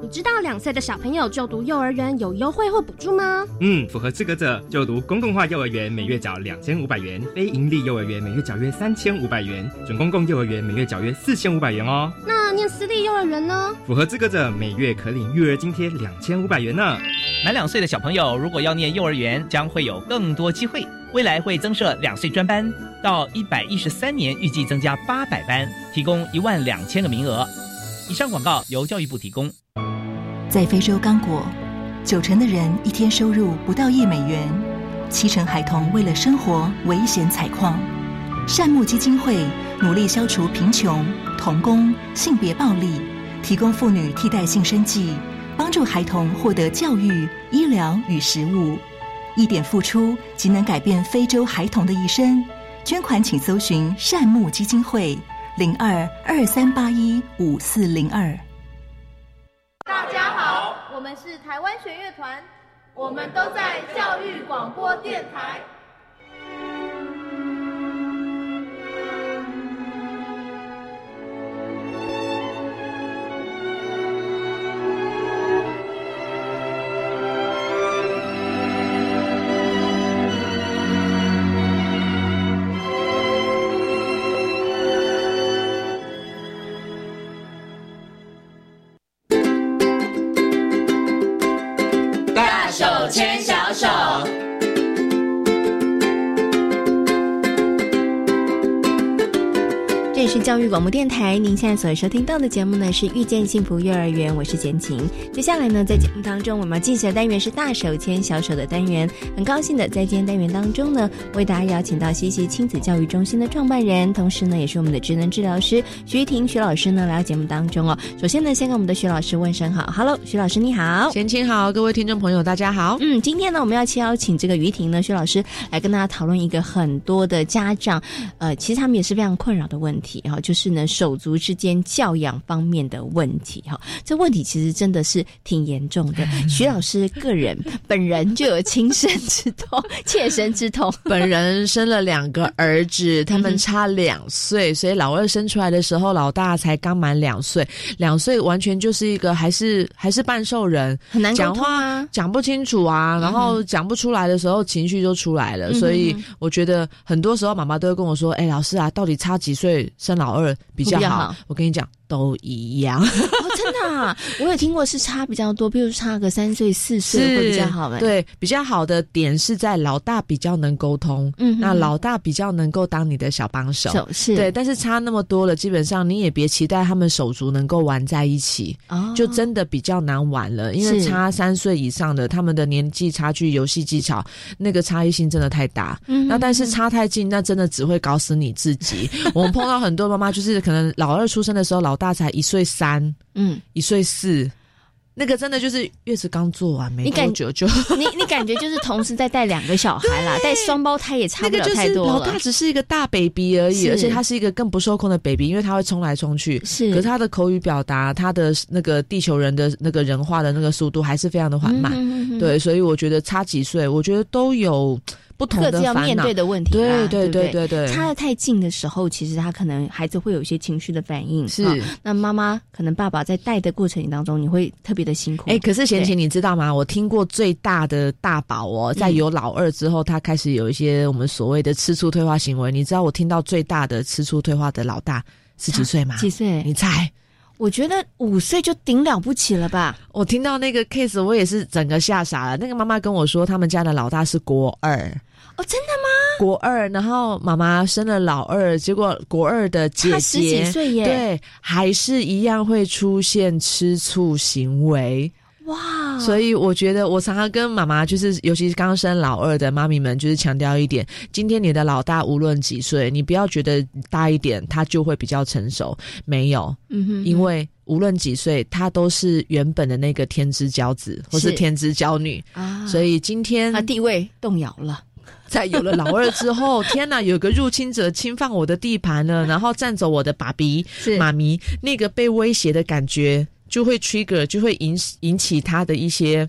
S10: 你知道两岁的小朋友就读幼儿园有优惠或补助吗？
S11: 嗯，符合资格者就读公共化幼儿园，每月缴两千五百元；非营利幼儿园每月缴约三千五百元；准公共幼儿园每月缴约四千五百元哦。
S10: 那念私立幼儿园呢？
S11: 符合资格者每月可领育儿津贴两千五百元呢。
S12: 满两岁的小朋友如果要念幼儿园，将会有更多机会。未来会增设两岁专班，到一百一十三年预计增加八百班，提供一万两千个名额。以上广告由教育部提供。
S13: 在非洲刚果，九成的人一天收入不到一美元，七成孩童为了生活危险采矿。善牧基金会努力消除贫穷、童工、性别暴力，提供妇女替代性生计，帮助孩童获得教育、医疗与食物。一点付出即能改变非洲孩童的一生。捐款请搜寻善牧基金会零二二三八一五四零二。
S14: 大家好，我们是台湾弦乐团，我们都在教育广播电台。
S15: 大手牵小手，
S5: 这里是教育广播电台，您现在所收听到的节目呢是《遇见幸福幼儿园》，我是简晴。接下来呢，在节目当中我们要进行的单元是“大手牵小手”的单元。很高兴的在今天单元当中呢，为大家邀请到西西亲子教育中心的创办人，同时呢也是我们的职能治疗师徐玉婷徐老师呢来到节目当中哦。首先呢，先跟我们的徐老师问声好，Hello，徐老师你好。
S16: 贤青好，各位听众朋友，大家好。
S5: 嗯，今天呢，我们要邀请这个于婷呢，薛老师来跟大家讨论一个很多的家长，呃，其实他们也是非常困扰的问题哈、就是呢手足之间教养方面的问题哈、这问题其实真的是挺严重 的。徐老师个人本人就有亲身之痛，切身之痛。
S16: 本人生了两个儿子，他们差两岁，所以老二生出来的时候，老大才刚满两岁，两岁完全就是一个还是还是半兽人，
S5: 很难沟
S16: 讲
S5: 通啊嗯
S16: 话讲不清楚啊，然后讲不出来的时候，情绪就出来了。所以
S5: 嗯哼
S16: 我觉得很多时候妈妈都会跟我说：“哎，老师啊，到底差几岁生老二比较
S5: 比较
S16: 好
S5: 好？”
S16: 我跟你讲，都 一样。
S5: 哦，真的、啊，我有听过是差比较多，比如差个三岁四岁会比较好哎。，
S16: 对，比较好的点是在老大比较能沟通，
S5: 嗯哼
S16: 那老大比较能够当你的小帮手。
S5: 手是
S16: 对，但是差那么多了，基本上你也别期待他们手足能够玩在一起，
S5: 哦
S16: 就真的比较难玩了。因为
S5: 是
S16: 差三岁以上的，他们的年纪差距、游戏技巧那个差异性真的太大。
S5: 嗯哼
S16: 那但是差太近，那真的只会搞死你自己。我们碰到很多妈妈，就是可能老二出生的时候，老大才一岁三、
S5: 嗯，
S16: 一岁四，那个真的就是月子刚做完没多久就，
S5: 你你感觉就是同时在带两个小孩啦，带双胞胎也差不了太多了。
S16: 老大只是一个大 baby 而已，而且他是一个更不受控的 baby，因为他会冲来冲去。
S5: 是，
S16: 可是他的口语表达，他的那个地球人的那个人话的那个速度还是非常的缓慢。嗯、哼哼对，所以我觉得差几岁，我觉得都有。不同
S5: 各自要面对的问题
S16: 啦，对
S5: 对
S16: 对对对，
S5: 差的太近的时候，其实他可能孩子会有一些情绪的反应。
S16: 是，
S5: 哦、那妈妈可能爸爸在带的过程当中，你会特别的辛苦。
S16: 哎、欸，可是贤琴，你知道吗？我听过最大的大宝哦，在有老二之后，他开始有一些我们所谓的吃醋退化行为。你知道我听到最大的吃醋退化的老大是几岁吗？
S5: 几岁？
S16: 你猜？
S5: 我觉得五岁就顶了不起了吧？
S16: 我听到那个 case，我也是整个吓傻了。那个妈妈跟我说，他们家的老大是国二。
S5: 哦，真的吗？
S16: 国二，然后妈妈生了老二，结果国二的姐姐，
S5: 她十几岁耶，
S16: 对，还是一样会出现吃醋行为。
S5: 哇！
S16: 所以我觉得，我常常跟妈妈，就是尤其是刚生老二的妈咪们，就是强调一点：今天你的老大无论几岁，你不要觉得大一点他就会比较成熟，没有，
S5: 嗯哼,哼，
S16: 因为。无论几岁，她都是原本的那个天之骄子或是天之骄女
S5: 啊，
S16: 所以今天
S5: 她地位动摇了。
S16: 在有了老二 之后，天哪，有个入侵者侵犯我的地盘了，然后占走我的 爸比、妈咪，那个被威胁的感觉就会 trigger，就会引引起他的一些。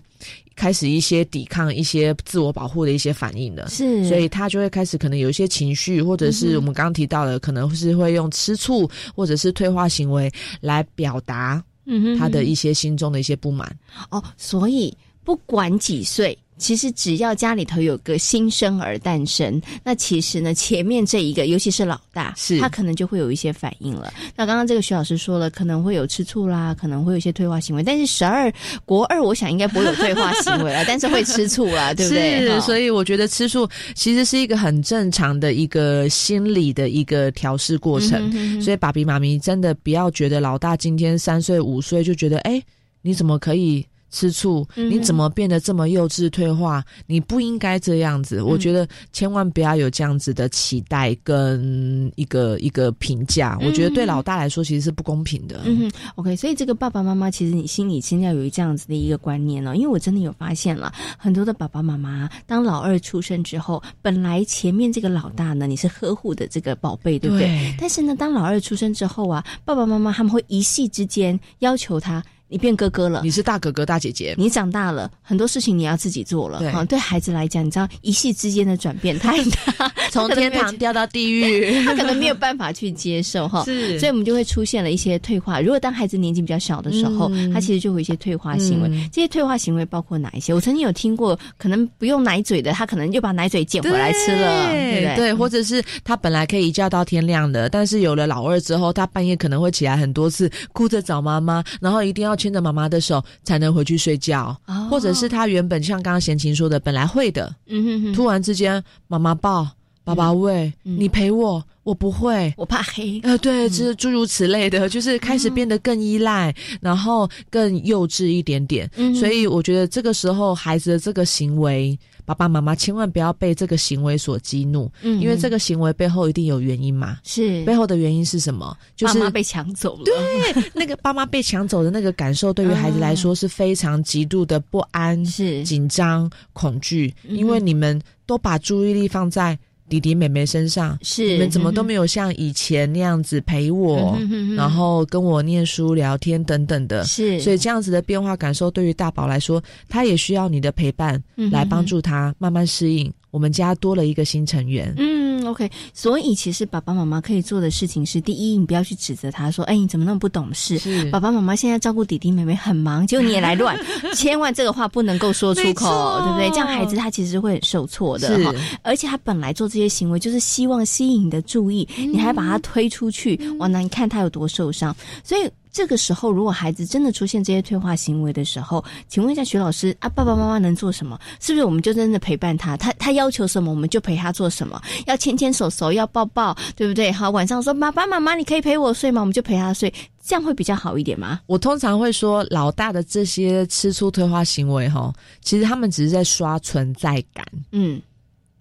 S16: 开始一些抵抗、一些自我保护的一些反应了，
S5: 是，
S16: 所以他就会开始可能有一些情绪，或者是我们刚刚提到的，嗯、可能是会用吃醋或者是退化行为来表达，
S5: 嗯，
S16: 他的一些心中的一些不满、
S5: 嗯、哦。所以不管几岁，其实只要家里头有个新生儿诞生，那其实呢，前面这一个，尤其是老大，
S16: 是
S5: 他可能就会有一些反应了。那刚刚这个徐老师说了，可能会有吃醋啦，可能会有一些退化行为，但是十二国二，我想应该不会有退化行 为了，但是会吃醋啦，对不对？
S16: 是，所以我觉得吃醋其实是一个很正常的一个心理的一个调试过程。
S5: 嗯、哼哼
S16: 所以爸比妈咪真的不要觉得老大今天三岁五岁就觉得，哎，你怎么可以？吃醋，你怎么变得这么幼稚退化？嗯、你不应该这样子。我觉得千万不要有这样子的期待跟一个一个评价。嗯、我觉得对老大来说其实是不公平的。
S5: 嗯哼，OK，所以这个爸爸妈妈其实你心里先要有这样子的一个观念哦，因为我真的有发现了很多的爸爸妈妈，当老二出生之后，本来前面这个老大呢你是呵护的这个宝贝，对不对？
S16: 对
S5: 但是呢，当老二出生之后啊，爸爸妈妈他们会一夕之间要求他。你变哥哥了，
S16: 你是大哥哥大姐姐，
S5: 你长大了，很多事情你要自己做了。
S16: 对、
S5: 啊，对孩子来讲，你知道一夕之间的转变太大，
S16: 从天堂掉到地 狱，
S5: 他可能没有办法去接受哈。
S16: 是，
S5: 哦所以我们就会出现了一些退化。如果当孩子年纪比较小的时候，嗯、他其实就有一些退化行为。嗯、这些退化行为包括哪一些？我曾经有听过，可能不用奶嘴的，他可能又把奶嘴捡回来吃了，对嗯对？
S16: 对，或者是他本来可以一觉到天亮的，但是有了老二之后，他半夜可能会起来很多次，哭着找妈妈，然后一定要。牵着妈妈的手才能回去睡觉，
S5: 哦、
S16: 或者是他原本像刚刚贤琴说的，本来会的，
S5: 嗯哼哼，
S16: 突然之间妈妈抱，爸爸喂，嗯、你陪我。我不会，
S5: 我怕黑。
S16: 呃，对，就是诸如此类的，嗯、就是开始变得更依赖，嗯、然后更幼稚一点点。
S5: 嗯、
S16: 所以我觉得这个时候孩子的这个行为，爸爸妈妈千万不要被这个行为所激怒，因为这个行为背后一定有原因嘛。
S5: 嗯是
S16: 背后的原因是什么？就是
S5: 妈妈被抢走了。
S16: 对， 那个爸妈被抢走的那个感受，对于孩子来说是非常极度的不安、
S5: 是嗯
S16: 紧张、恐惧，因为你们都把注意力放在。弟弟妹妹身上
S5: 是嗯
S16: 你们怎么都没有像以前那样子陪我，嗯、然后跟我念书、聊天等等的，
S5: 是，
S16: 所以这样子的变化感受对于大宝来说，他也需要你的陪伴
S5: 嗯
S16: 来帮助他慢慢适应。我们家多了一个新成员，
S5: 嗯，OK，所以其实爸爸妈妈可以做的事情是：第一，你不要去指责他说，哎，你怎么那么不懂事？爸爸妈妈现在照顾弟弟妹妹很忙，结果你也来乱，千万这个话不能够说出口，对不对？这样孩子他其实会很受挫的哈。而且他本来做这些行为就是希望吸引你的注意，嗯、你还把他推出去，哇，那你看他有多受伤，所以。这个时候，如果孩子真的出现这些退化行为的时候，请问一下徐老师啊，爸爸妈妈能做什么？是不是我们就真的陪伴他？他他要求什么，我们就陪他做什么？要牵牵手手，要抱抱，对不对？好，晚上说爸爸妈妈，你可以陪我睡吗？我们就陪他睡，这样会比较好一点吗？
S16: 我通常会说，老大的这些吃醋退化行为，哈，其实他们只是在刷存在感，
S5: 嗯。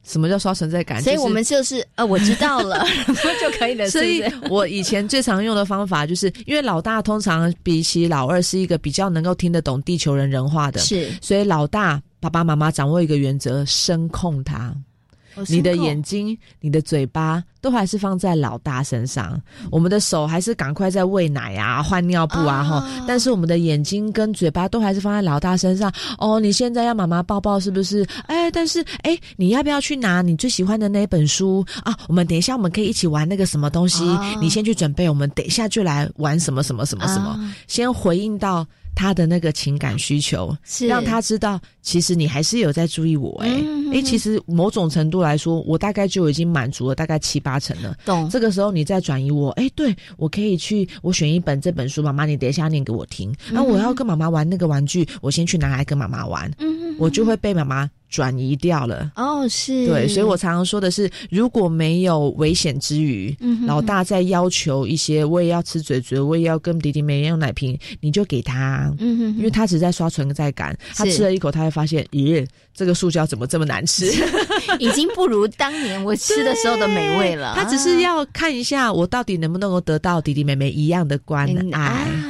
S16: 什么叫刷存在感？
S5: 所以我们
S16: 就是
S5: 呃，我知道 了就可以了。
S16: 所以
S5: 是不是
S16: 我以前最常用的方法，就是因为老大通常比起老二是一个比较能够听得懂地球人人话的，
S5: 是，
S16: 所以老大爸爸妈妈掌握一个原则，声控他。
S5: 哦
S16: 你的
S5: 声控
S16: 眼睛、你的嘴巴都还是放在老大身上，我们的手还是赶快在喂奶啊、换尿布啊哈、但是我们的眼睛跟嘴巴都还是放在老大身上。哦，你现在要妈妈抱抱是不是？哎，但是哎，你要不要去拿你最喜欢的那本书啊？我们等一下我们可以一起玩那个什么东西，
S5: 哦
S16: 你先去准备，我们等一下就来玩什么什么什么什么，
S5: 啊
S16: 先回应到。他的那个情感需求，
S5: 是
S16: 让他知道，其实你还是有在注意我、哎、
S5: 嗯嗯
S16: 哎，
S5: 嗯
S16: 其实某种程度来说，我大概就已经满足了大概七八成了。
S5: 懂
S16: 这个时候你再转移我，哎，对我可以去，我选一本这本书，妈妈你等一下念给我听。
S5: 嗯
S16: 然后我要跟妈妈玩那个玩具，我先去拿来跟妈妈玩，
S5: 嗯
S16: 我就会被妈妈转移掉了。
S5: 哦，是
S16: 对，所以我常常说的是，如果没有危险之余，
S5: 嗯哼哼
S16: 老大在要求一些，我也要吃嘴嘴，我也要跟弟弟妹妹用奶瓶，你就给他，
S5: 嗯哼哼
S16: 因为他只是在刷存在感，他
S5: 是
S16: 吃了一口，他会发现，咦，这个塑胶怎么这么难吃？
S5: 已经不如当年我吃的时候的美味 了。
S16: 他只是要看一下我到底能不能够得到弟弟妹妹一样的关爱。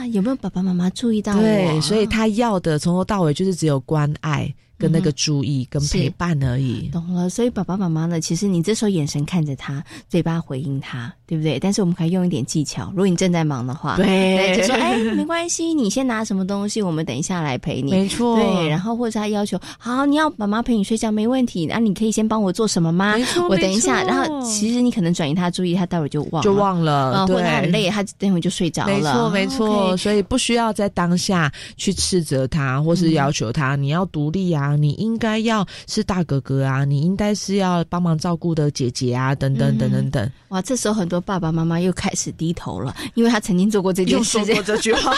S5: 啊，有没有爸爸妈妈注意到我？
S16: 对，所以他要的从头到尾就是只有关爱跟那个注意跟
S5: 嗯是
S16: 陪伴而已。
S5: 懂了，所以爸爸妈妈呢，其实你这时候眼神看着他，嘴巴回应他，对不对？但是我们可以用一点技巧，如果你正在忙的话，
S16: 对
S5: 就说哎，没关系，你先拿什么东西，我们等一下来陪你，
S16: 没错
S5: 对，然后或者他要求，好，你要妈妈陪你睡觉没问题，那、你可以先帮我做什么吗
S16: 没错？
S5: 我等一下，
S16: 没错
S5: 然后其实你可能转移他注意，他待会儿就忘了，
S16: 就忘了
S5: 啊，或者
S16: 呃对
S5: 他很累，他等会儿就睡着了，哦
S16: 没错，没错，
S5: OK
S16: 所以不需要在当下去斥责他，或是要求他，你要独立啊，你应该要是大哥哥啊，你应该是要帮忙照顾的姐姐啊，等等等等 等。
S5: 哇，这时候很多爸爸妈妈又开始低头了，因为他曾经做过这件事，
S16: 又说过这句 话，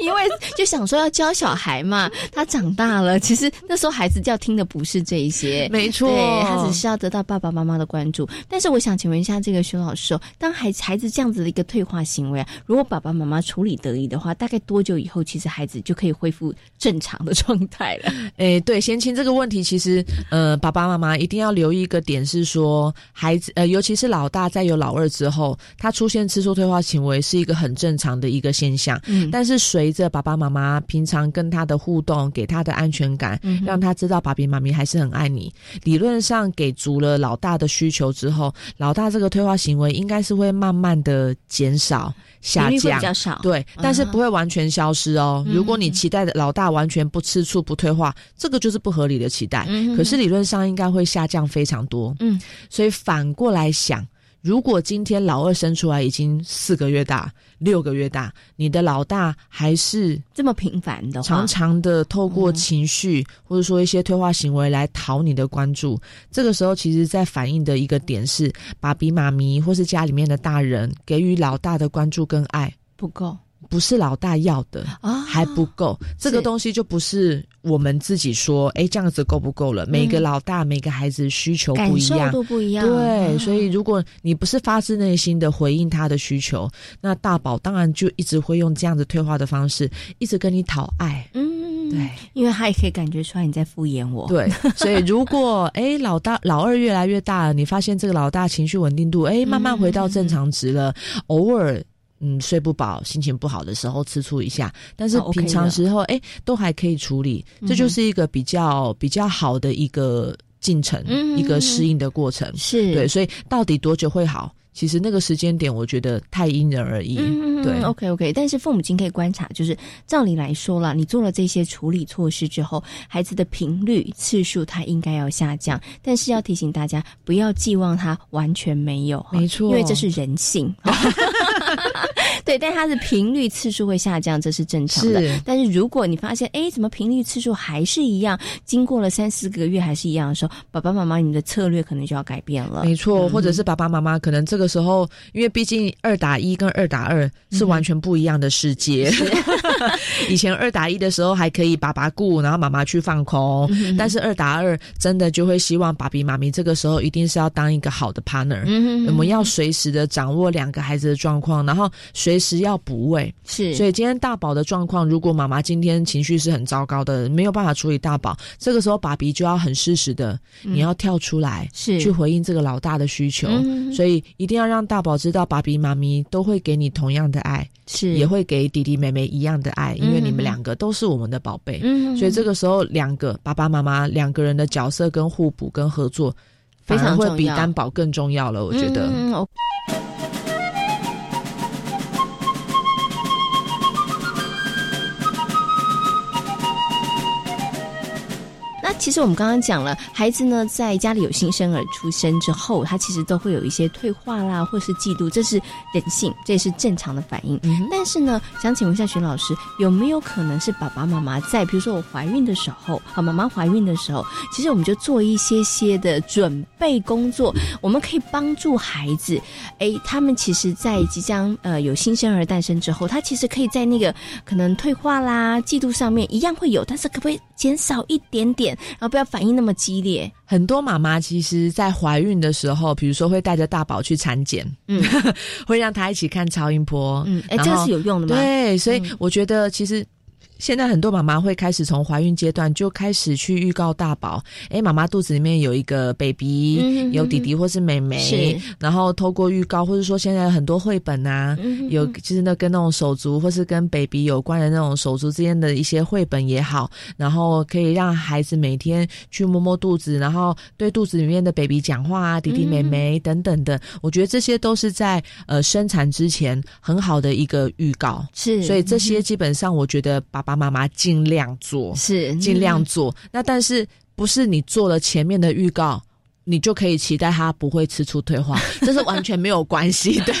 S5: 因为就想说要教小孩嘛，他长大了，其实那时候孩子要听的不是这一些，
S16: 没错
S5: 对他只是要得到爸爸妈妈的关注。但是我想请问一下这个徐老师、哦，当孩子孩子这样子的一个退化行为啊，如果爸爸妈妈处理得宜的话，大概多久以后，其实孩子就可以恢复正常的状态了？
S16: 诶，哎对，贤亲这个问题，其实呃，爸爸妈妈一定要留意一个点是说，孩子呃，尤其是老大在有老二之后，他出现吃醋退化行为是一个很正常的一个现象。
S5: 嗯
S16: 但是随着爸爸妈妈平常跟他的互动，给他的安全感，
S5: 嗯哼
S16: 让他知道爸比妈咪还是很爱你，理论上给足了老大的需求之后，老大这个退化行为应该是会慢慢的减少下
S5: 频率会
S16: 降，
S5: 比较少
S16: 对，但是
S5: 啊
S16: 不会完全消失哦。
S5: 嗯
S16: 如果你期待的老大完全不吃醋、不退化，这个就是不合理的期待。
S5: 嗯哼
S16: 可是理论上应该会下降非常多。
S5: 嗯，
S16: 所以反过来想，如果今天老二生出来已经四个月大、六个月大，你的老大还是
S5: 这么频繁的话，
S16: 常常的透过
S5: 嗯
S16: 情绪、或者说一些退化行为来讨你的关注，这个时候其实在反映的一个点是，爸比妈咪或是家里面的大人给予老大的关注跟爱
S5: 不够。
S16: 不是老大要的
S5: 啊
S16: 还不够。这个东西就不是我们自己说，哎，这样子够不够了？每个老大、每个孩子需求
S5: 嗯
S16: 不
S5: 感
S16: 一
S5: 受
S16: 样，
S5: 都不一样，
S16: 对，
S5: 啊
S16: 所以如果你不是发自内心的回应他的需求，那大宝当然就一直会用这样子退化的方式，一直跟你讨爱。
S5: 嗯，
S16: 对，
S5: 因为他也可以感觉出来你在敷衍我。
S16: 对，所以如果哎老大老二越来越大了，你发现这个老大情绪稳定度哎慢
S5: 嗯
S16: 慢回到正常值了，偶尔。嗯，睡不饱、心情不好的时候吃醋一下，但是
S5: 哦，OK
S16: 平常
S5: 的
S16: 时候哎、都还可以处理，这
S5: 嗯
S16: 就
S5: 哼
S16: 是一个比较比较好的一个进程，
S5: 嗯
S16: 一
S5: 嗯
S16: 个
S5: 嗯
S16: 适应的过程。
S5: 是
S16: 对，所以到底多久会好？其实那个时间点，我觉得太因人而异。
S5: 嗯，
S16: 对，
S5: ，OK OK，但是父母亲可以观察，就是照理来说啦，你做了这些处理措施之后，孩子的频率次数它应该要下降，但是要提醒大家不要寄望他完全没有，哈
S16: 没错
S5: 因为这是人 性。对，但它的频率次数会下降，这是正常的。
S16: 是
S5: 但是如果你发现，哎，怎么频率次数还是一样，经过了三四个月还是一样的时候，爸爸妈妈你的策略可能就要改变了。
S16: 没错，
S5: 嗯
S16: 或者是爸爸妈妈可能这个时候，因为毕竟二打一跟二打
S5: 嗯
S16: 二是完全不一样的世界。 以前二打一的时候还可以爸爸顾，然后妈妈去放空，
S5: 嗯
S16: 但是二打二真的就会希望爸比妈咪这个时候一定是要当一个好的 partner，、
S5: 嗯哼
S16: 我们要随时的掌握两个孩子的状况，然后随随时要补位。
S5: 是，
S16: 所以今天大宝的状况，如果妈妈今天情绪是很糟糕的，没有办法处理大宝，这个时候爸比就要很适时的，
S5: 嗯
S16: 你要跳出来，
S5: 是
S16: 去回应这个老大的需求。
S5: 嗯
S16: 所以一定要让大宝知道，爸比妈咪都会给你同样的爱，
S5: 是
S16: 也会给弟弟妹妹一样的爱，因为
S5: 嗯
S16: 你
S5: 哼哼
S16: 们两个都是我们的宝贝。
S5: 嗯哼哼
S16: 所以这个时候，两个爸爸妈妈两个人的角色跟互补跟合作，
S5: 非常
S16: 反而会
S5: 重
S16: 比
S5: 要
S16: 担保更重要了。我觉得，
S5: 嗯嗯嗯哦那其实我们刚刚讲了，孩子呢在家里有新生儿出生之后，他其实都会有一些退化啦，或是嫉妒，这是人性，这也是正常的反应。
S16: 嗯
S5: 但是呢，想请问一下徐老师，有没有可能是爸爸妈妈在，比如说我怀孕的时候，啊，妈妈怀孕的时候，其实我们就做一些些的准备工作，我们可以帮助孩子，诶，他们其实，在即将呃有新生儿诞生之后，他其实可以在那个可能退化啦、嫉妒上面一样会有，但是可不可以减少一点点，然后不要反应那么激烈？
S16: 很多妈妈其实，在怀孕的时候，比如说会带着大宝去产检，
S5: 嗯，
S16: 会让他一起看超音波，
S5: 嗯哎
S16: 然后
S5: 这个是有用的吗
S16: 对，所以我觉得其实。现在很多妈妈会开始从怀孕阶段就开始去预告大宝，哎，妈妈肚子里面有一个 baby，、
S5: 嗯哼哼
S16: 有弟弟或是妹妹
S5: 是，
S16: 然后透过预告，或者说现在很多绘本啊，
S5: 嗯哼哼
S16: 有就是那跟那种手足或是跟 baby 有关的那种手足之间的一些绘本也好，然后可以让孩子每天去摸摸肚子，然后对肚子里面的 baby 讲话啊，弟弟
S5: 嗯
S16: 妹妹等等的，我觉得这些都是在呃生产之前很好的一个预告。
S5: 是嗯
S16: 所以这些基本上我觉得爸爸妈妈尽量做，
S5: 是
S16: 尽量
S5: 嗯
S16: 做。那但是不是你做了前面的预告？你就可以期待他不会吃醋 退化，这是完全没有关系的。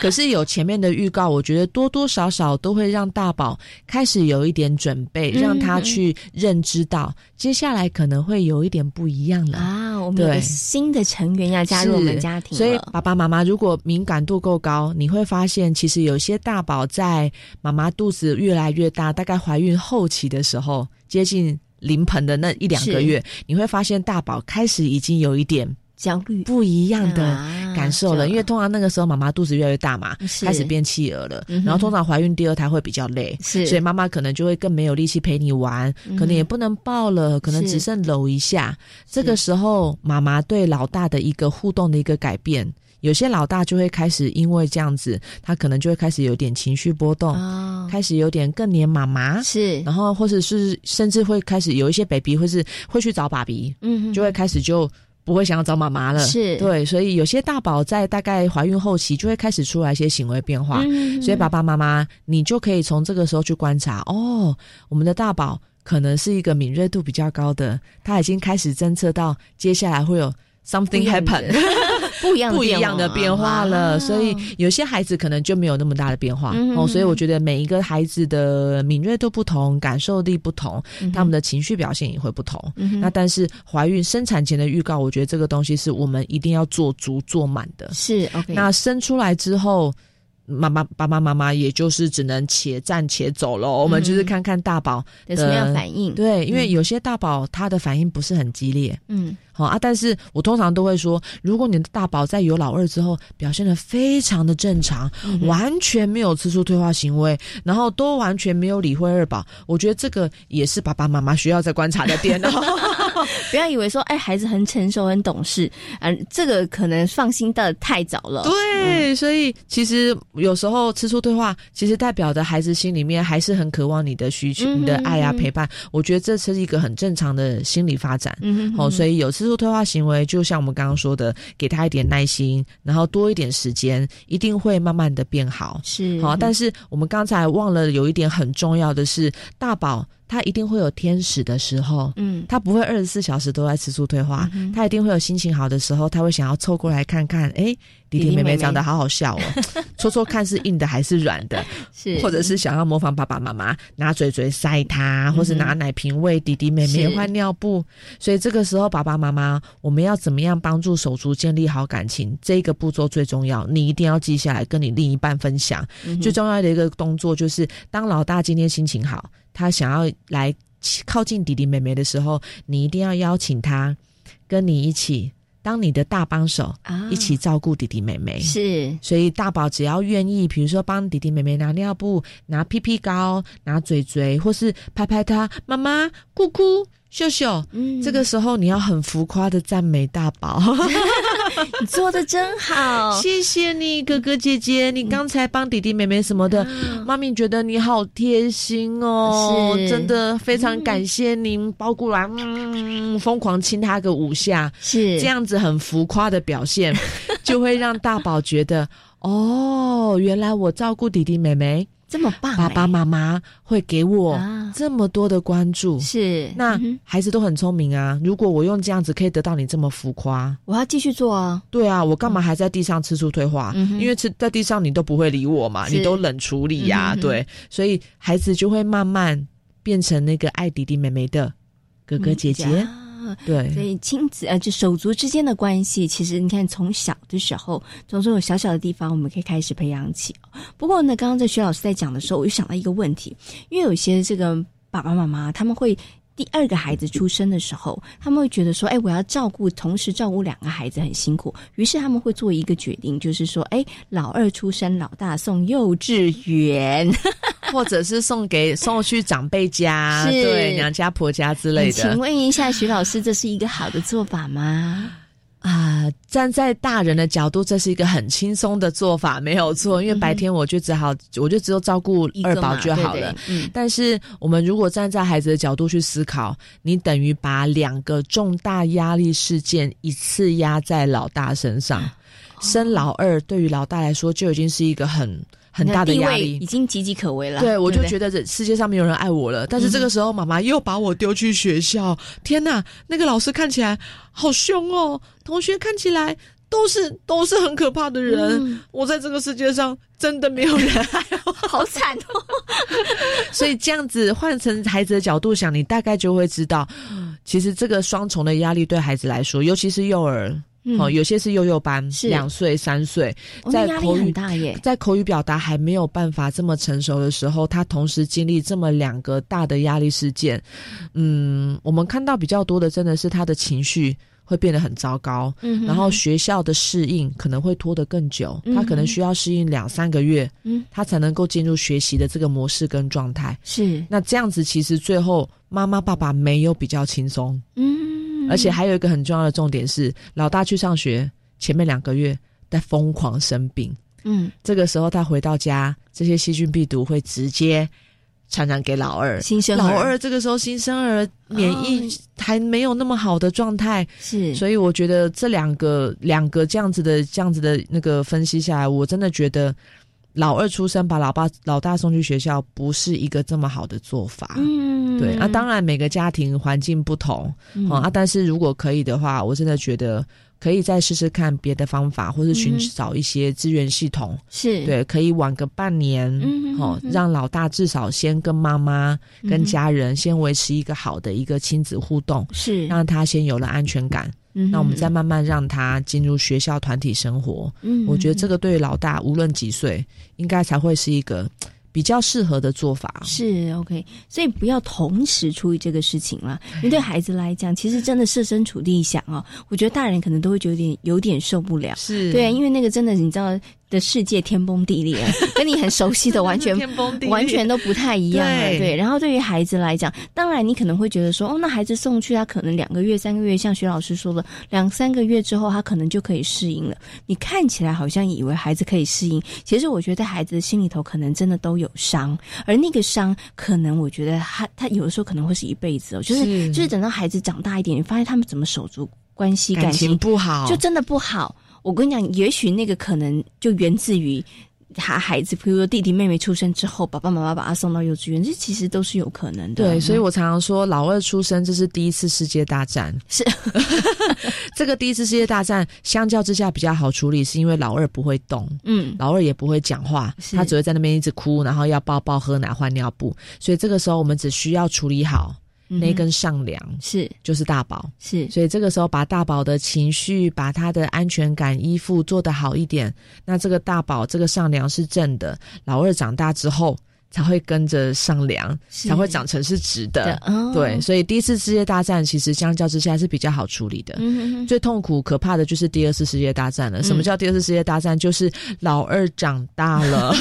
S16: 可是有前面的预告，我觉得多多少少都会让大宝开始有一点准备，
S5: 嗯
S16: 让他去认知到接下来可能会有一点不一样了。
S5: 啊，我们有
S16: 对
S5: 个新的成员要加入我们
S16: 是
S5: 家庭
S16: 所以
S5: 了
S16: 爸爸妈妈如果敏感度够高，你会发现其实有些大宝在妈妈肚子越来越大，大概怀孕后期的时候，接近临盆的那一两个
S5: 是
S16: 月，你会发现大宝开始已经有一点。
S5: 焦虑
S16: 不一样的
S5: 啊
S16: 感受了，因为通常那个时候妈妈肚子越来越大嘛，
S5: 是
S16: 开始变企鹅了，
S5: 嗯哼
S16: 然后通常怀孕第二胎会比较累，
S5: 是
S16: 所以妈妈可能就会更没有力气陪你玩，
S5: 嗯
S16: 可能也不能抱了，可能
S5: 是
S16: 只剩搂一下。这个时候，妈妈对老大的一个互动的一个改变。有些老大就会开始因为这样子，他可能就会开始有点情绪波动，
S5: 哦
S16: 开始有点更黏妈妈，
S5: 啊是，
S16: 然后或者是甚至会开始有一些 baby 会是会去找爸比，
S5: 嗯哼
S16: 就会开始就不会想要找妈妈了，
S5: 是
S16: 对，所以有些大宝在大概怀孕后期就会开始出来一些行为变化，
S5: 嗯
S16: 所以爸爸妈妈你就可以从这个时候去观察，哦，我们的大宝可能是一个敏锐度比较高的，他已经开始侦测到接下来会有 something happen。
S5: 不一样的
S16: 不一样的变化了，所以有些孩子可能就没有那么大的变化、
S5: 啊嗯
S16: 哦。所以我觉得每一个孩子的敏锐度不同，感受力不同，
S5: 嗯哼
S16: 他们的情绪表现也会不同。
S5: 嗯哼
S16: 那但是怀孕生产前的预告，我觉得这个东西是我们一定要做足做满的。
S5: 是 OK
S16: 那生出来之后。妈妈、爸爸妈妈也就是只能且战且走了。我们就是看看大宝
S5: 有什么样的反应
S16: 对，因为
S5: 嗯
S16: 有些大宝他的反应不是很激烈，
S5: 嗯
S16: 好、啊，但是我通常都会说，如果你的大宝在有老二之后表现的非常的正常，
S5: 嗯哼
S16: 完全没有吃出退化行为，然后都完全没有理会二宝，我觉得这个也是爸爸妈妈需要再观察的点哦。
S5: 不要以为说，哎，孩子很成熟、很懂事，嗯、这个可能放心的太早了。
S16: 对，所以其实有时候吃出退化，其实代表的孩子心里面还是很渴望你的需
S5: 嗯
S16: 求、
S5: 哼
S16: 你的爱
S5: 嗯
S16: 啊、
S5: 哼
S16: 陪伴。我觉得这是一个很正常的心理发展。
S5: 嗯哼
S16: 哦，
S5: 嗯哼
S16: 所以有吃出退化行为，就像我们刚刚说的，给他一点耐心，然后多一点时间，一定会慢慢的变好。
S5: 是嗯
S16: 好、但是我们刚才忘了有一点很重要的是，大宝他一定会有天使的时候，
S5: 嗯
S16: 他不会二十四小时都在吃醋退化，
S5: 嗯哼
S16: 他一定会有心情好的时候，他会想要凑过来看看，哎，
S5: 弟
S16: 弟弟妹
S5: 妹
S16: 妹
S5: 妹
S16: 长得好好笑哦， 戳戳看是硬的还是软的，
S5: 是
S16: 或者是想要模仿爸爸妈妈拿嘴嘴塞他，
S5: 嗯哼
S16: 或是拿奶瓶喂弟弟妹
S5: 是
S16: 妹换尿布，所以这个时候爸爸妈妈，我们要怎么样帮助手足建立好感情，这个步骤最重要，你一定要记下来，跟你另一半分享。
S5: 嗯哼
S16: 最重要的一个动作就是，当老大今天心情好，他想要来靠近弟弟妹妹的时候，你一定要邀请他跟你一起当你的大帮手
S5: 啊
S16: 一起照顾弟弟妹妹。
S5: 是，
S16: 所以大宝只要愿意，比如说帮弟弟妹妹拿尿布、拿屁屁膏、拿嘴嘴，或是拍拍他妈妈、姑姑、秀秀，
S5: 嗯
S16: 这个时候你要很浮夸的赞美大 宝。
S5: 你做的真好，
S16: 谢谢你，哥哥姐姐，你刚才帮弟弟妹妹什么的，妈咪觉得你好贴心哦，
S5: 啊是嗯
S16: 真的非常感谢您，包过来，嗯，疯狂亲他个五下，
S5: 是
S16: 这样子很浮夸的 表现，就会让大宝觉得哦，原来我照顾弟弟妹妹。
S5: 这么棒、哎
S16: 爸爸妈妈会给我
S5: 啊
S16: 这么多的关注，
S5: 是
S16: 那
S5: 嗯哼
S16: 孩子都很聪明啊。如果我用这样子可以得到你这么浮夸，
S5: 我要继续做啊。
S16: 对啊，我干嘛还在地上吃醋退化？
S5: 嗯哼
S16: 因为吃在地上你都不会理我嘛，
S5: 是
S16: 你都冷处理呀、
S5: 嗯哼
S16: 对，所以孩子就会慢慢变成那个爱弟弟妹妹的哥哥姐姐。
S5: 嗯
S16: 对
S5: 所以亲子呃，就手足之间的关系，其实你看从小的时候，从这种小小的地方，我们可以开始培养起。不过呢，刚刚在徐老师在讲的时候，我就想到一个问题，因为有些这个爸爸妈妈他们会。第二个孩子出生的时候，他们会觉得说：“哎，我要照顾，同时照顾两个孩子很辛苦。”于是他们会做一个决定，就是说：“哎，老二出生，老大送幼稚园。”
S16: 或者是送给送去长辈家，
S5: 是
S16: 对娘家婆家之类的。
S5: 请问一下，徐老师，这是一个好的做法吗？
S16: 啊、站在大人的角度，这是一个很轻松的做法，没有错。因为白天我就只好，我就只有照顾
S5: 一个
S16: 二
S5: 嘛
S16: 宝就好了。
S5: 嗯对对嗯
S16: 但是我们如果站在孩子的角度去思考，你等于把两个重大压力事件一次压在老大身上，生老二对于老大来说就已经是一个很很大的
S5: 你
S16: 压
S5: 地位
S16: 力
S5: 已。经岌岌可危了。
S16: 对，我就觉
S5: 得
S16: 得这世界上没有人爱我了。但是这
S5: 嗯
S16: 个时候，妈妈又把我丢去学校。天哪，那个老师看起来好凶哦，同学看起来都是都是很可怕的人。
S5: 嗯
S16: 我在这个世界上真的没有 人爱我，
S5: 好惨哦。
S16: 所以这样子换成孩子的角度想，你大概就会知 道，其实这个双重的压力对孩子来说，尤其是幼儿。
S5: 嗯
S16: 哦，有些是幼幼班，
S5: 是
S16: 两岁、三岁，
S5: 哦那
S16: 在
S5: 压力
S16: 口
S5: 很
S16: 语
S5: 大耶
S16: 在口语表达还没有办法这么成熟的时候，他同时经历这么两个大的压力事件，嗯，我们看到比较多的真的是他的情绪会变得很糟糕，
S5: 嗯哼
S16: 然后学校的适应可能会拖得更久，
S5: 嗯哼
S16: 他可能需要适应两三个月，
S5: 嗯
S16: 他才能够进入学习的这个模式跟状态。
S5: 是，
S16: 那这样子其实最后妈妈爸爸没有比较轻松，
S5: 嗯
S16: 而且还有一个很重要的重点是，老大去上学前面两个月在疯狂生病。
S5: 嗯，
S16: 这个时候他回到家，这些细菌病毒会直接传染给老二。
S5: 新生儿哦
S16: 老二这个时候新生儿免疫还没有那么好的状态，
S5: 是，
S16: 所以我觉得这两个两个这样子的这样子的那个分析下来，我真的觉得老二出生把老爸老大送去学校不是一个这么好的做法。
S5: 嗯
S16: 对啊，当然每个家庭环境不同，
S5: 嗯
S16: 哦啊，但是如果可以的话，我真的觉得可以再试试看别的方法，或是寻
S5: 嗯哼
S16: 找一些资源系统，
S5: 是
S16: 对，可以晚个半年，
S5: 嗯哼
S16: 哦
S5: 嗯，哼
S16: 让老大至少先跟妈妈、
S5: 嗯
S16: 跟
S5: 哼
S16: 家人先维持一个好的一个亲子互动，
S5: 是
S16: 让他先有了安全感。
S5: 嗯哼
S16: 那我们再慢慢让他进入学校团体生活。
S5: 嗯
S16: 我觉得这个对于老大无论几岁，应该才会是一个嘖比较适合的做法。
S5: 是 OK，所以不要同时处理这个事情啦。因为对孩子来讲，其实真的设身处地想哦，我觉得大人可能都会觉得有点有点受不了。
S16: 是
S5: 对啊，因为那个真的你知道的世界天崩地 裂，跟你很熟悉的完全
S16: 天崩地裂
S5: 完全都不太一样了。
S16: 对
S5: 对，然后对于孩子来讲，当然你可能会觉得说，哦，那孩子送去他可能两个月、三个月，像徐老师说的，两三个月之后他可能就可以适应了。你看起来好像以为孩子可以适应，其实我觉得孩子的心里头可能真的都有伤，而那个伤可能我觉得他他有的时候可能会是一辈子哦，就是
S16: 是
S5: 就是等到孩子长大一点，你发现他们怎么手足关系
S16: 感
S5: 情
S16: 情不好，
S5: 就真的不好。我跟你讲，也许那个可能就源自于他孩子，比如说弟弟妹妹出生之后，爸爸妈妈把他送到幼稚园，这其实都是有可能的。
S16: 对，所以
S5: 嗯
S16: 我常常说，老二出生这是第一次世界大战。
S5: 是，
S16: 这个第一次世界大战相较之下比较好处理，是因为老二不会动，
S5: 嗯
S16: 老二也不会讲话，
S5: 是
S16: 他只会在那边一直哭，然后要抱抱、喝奶、换尿布。所以这个时候我们只需要处理好
S5: 嗯哼
S16: 那根上梁，
S5: 是
S16: 就是大宝。
S5: 是
S16: 所以这个时候把大宝的情绪、把他的安全感、依附做得好一点，那这个大宝这个上梁是正的。老二长大之后，才会跟着上梁，才会长成是直的。
S5: 对哦
S16: 对，所以第一次世界大战其实相较之下是比较好处理的。
S5: 嗯哼哼
S16: 最痛苦、可怕的就是第二次世界大战了。什么叫第二次世界大战？就是老二长大 了，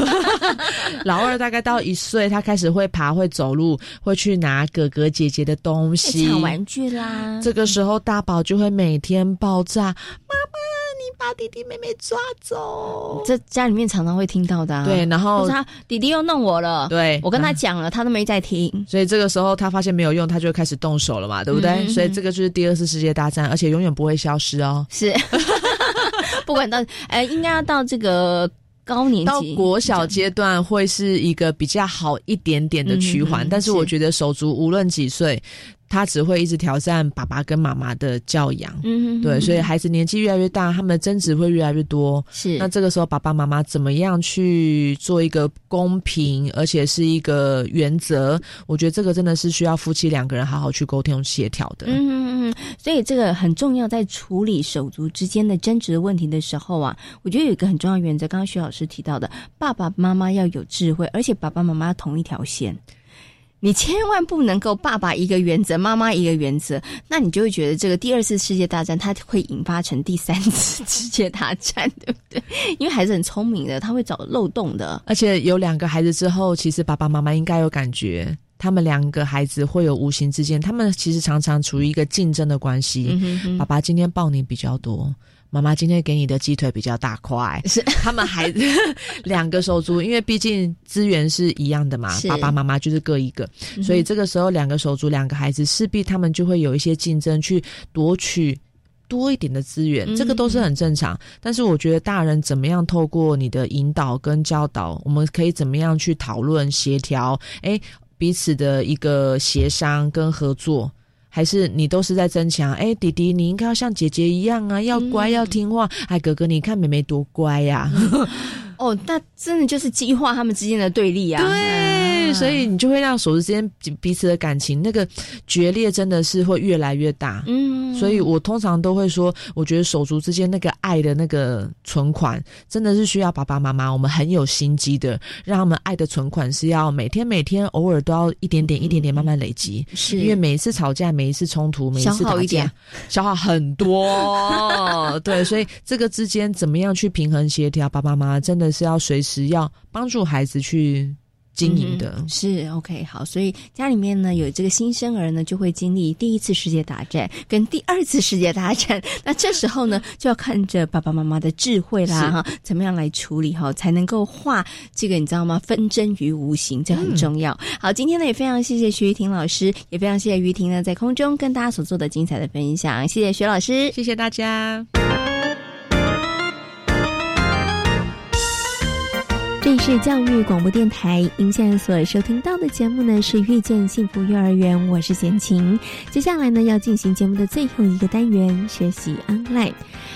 S16: 老二大概到一岁，他开始会爬、会走路，会去拿哥哥姐姐的东西、
S5: 抢哎玩具啦，
S16: 这个时候，大宝就会每天爆炸：“妈妈，你把弟弟妹妹抓走。”
S5: 这家里面常常会听到的、啊。
S16: 对然后
S5: 或是他弟弟又弄我了，
S16: 对
S5: 我跟他
S16: 嗯
S5: 讲了，他都没在听。
S16: 所以这个时候他发现没有用，他就会开始动手了嘛，对不对？
S5: 嗯嗯嗯
S16: 所以这个就是第二次世界大战，而且永远不会消失哦。
S5: 是， 不管到呃，应该要到这个高年
S16: 到
S5: 级，
S16: 国小阶段会是一个比较好一点点的循环，
S5: 嗯嗯嗯
S16: 但是我
S5: 是
S16: 觉得手足无论几岁，他只会一直挑战爸爸跟妈妈的教养。
S5: 嗯哼
S16: 对，
S5: 哼
S16: 所以孩子年纪越来越大，他们的争执会越来越多。
S5: 是
S16: 那这个时候爸爸妈妈怎么样去做一个公平，而且是一个原则？我觉得这个真的是需要夫妻两个人好好去沟通协调的。
S5: 嗯嗯嗯，所以这个很重要，在处理手足之间的争执问题的时候啊，我觉得有一个很重要的原则，刚刚徐老师提到的，爸爸妈妈要有智慧，而且爸爸妈妈同一条线。你千万不能够爸爸一个原则，妈妈一个原则，那你就会觉得这个第二次世界大战它会引发成第三次世界大战， 对不对？因为孩子很聪明的，他会找漏洞的。
S16: 而且有两个孩子之后，其实爸爸妈妈应该有感觉，他们两个孩子会有无形之间，他们其实常常处于一个竞争的关系。
S5: 嗯哼哼
S16: 爸爸今天抱你比较多。妈妈今天给你的鸡腿比较大块，
S5: 是
S16: 他们孩子 两个手足，因为毕竟资源是一样的嘛
S5: 是，嗯
S16: 爸爸妈妈就是各一个，所以这个时候两个手足两个孩子，势必他们就会有一些竞争去夺取多一点的资源，
S5: 嗯
S16: 这个都是很正常。但是我觉得大人怎么样透过你的引导跟教导，我们可以怎么样去讨论协调，哎，彼此的一个协商跟合作。还是你都是在争强？哎，弟弟，你应该要像姐姐一样啊，要乖，要听话。哎，哥哥，你看妹妹多乖啊呀、
S5: 哦，那真的就是激化他们之间的对立啊。
S16: 对，所以你就会让手足之间彼彼此的感情那个决裂真的是会越来越大。
S5: 嗯
S16: 所以我通常都会说，我觉得手足之间那个爱的那个存款，真的是需要爸爸妈妈，我们很有心机的，让他们爱的存款是要每天每天偶尔都要一点点一点点慢慢累积，
S5: 嗯是
S16: 因为每一次吵架、每一次冲突、每一次
S5: 消耗
S16: 打
S5: 一
S16: 架
S5: 点，
S16: 消耗 很多。对，所以这个之间怎么样去平衡协调，爸爸妈妈真的是要随时要帮助孩子去经营的。
S5: 嗯是 OK 好，所以家里面呢有这个新生儿呢，就会经历第一次世界大战跟第二次世界大战。那这时候呢，就要看着爸爸妈妈的智慧啦
S16: 是
S5: 哈，怎么样来处理哈，才能够化这个你知道吗？纷争于无形，这很重要。
S16: 嗯
S5: 好，今天呢也非常谢谢徐玉婷老师，也非常谢谢于婷呢在空中跟大家所做的精彩的分享，谢谢徐老师，
S16: 谢谢大家。
S7: 这里是教育广播电台，您现在所收听到的节目呢是《遇见幸福幼儿园》，我是贤琴。接下来呢要进行节目的最后一个单元——学习 online。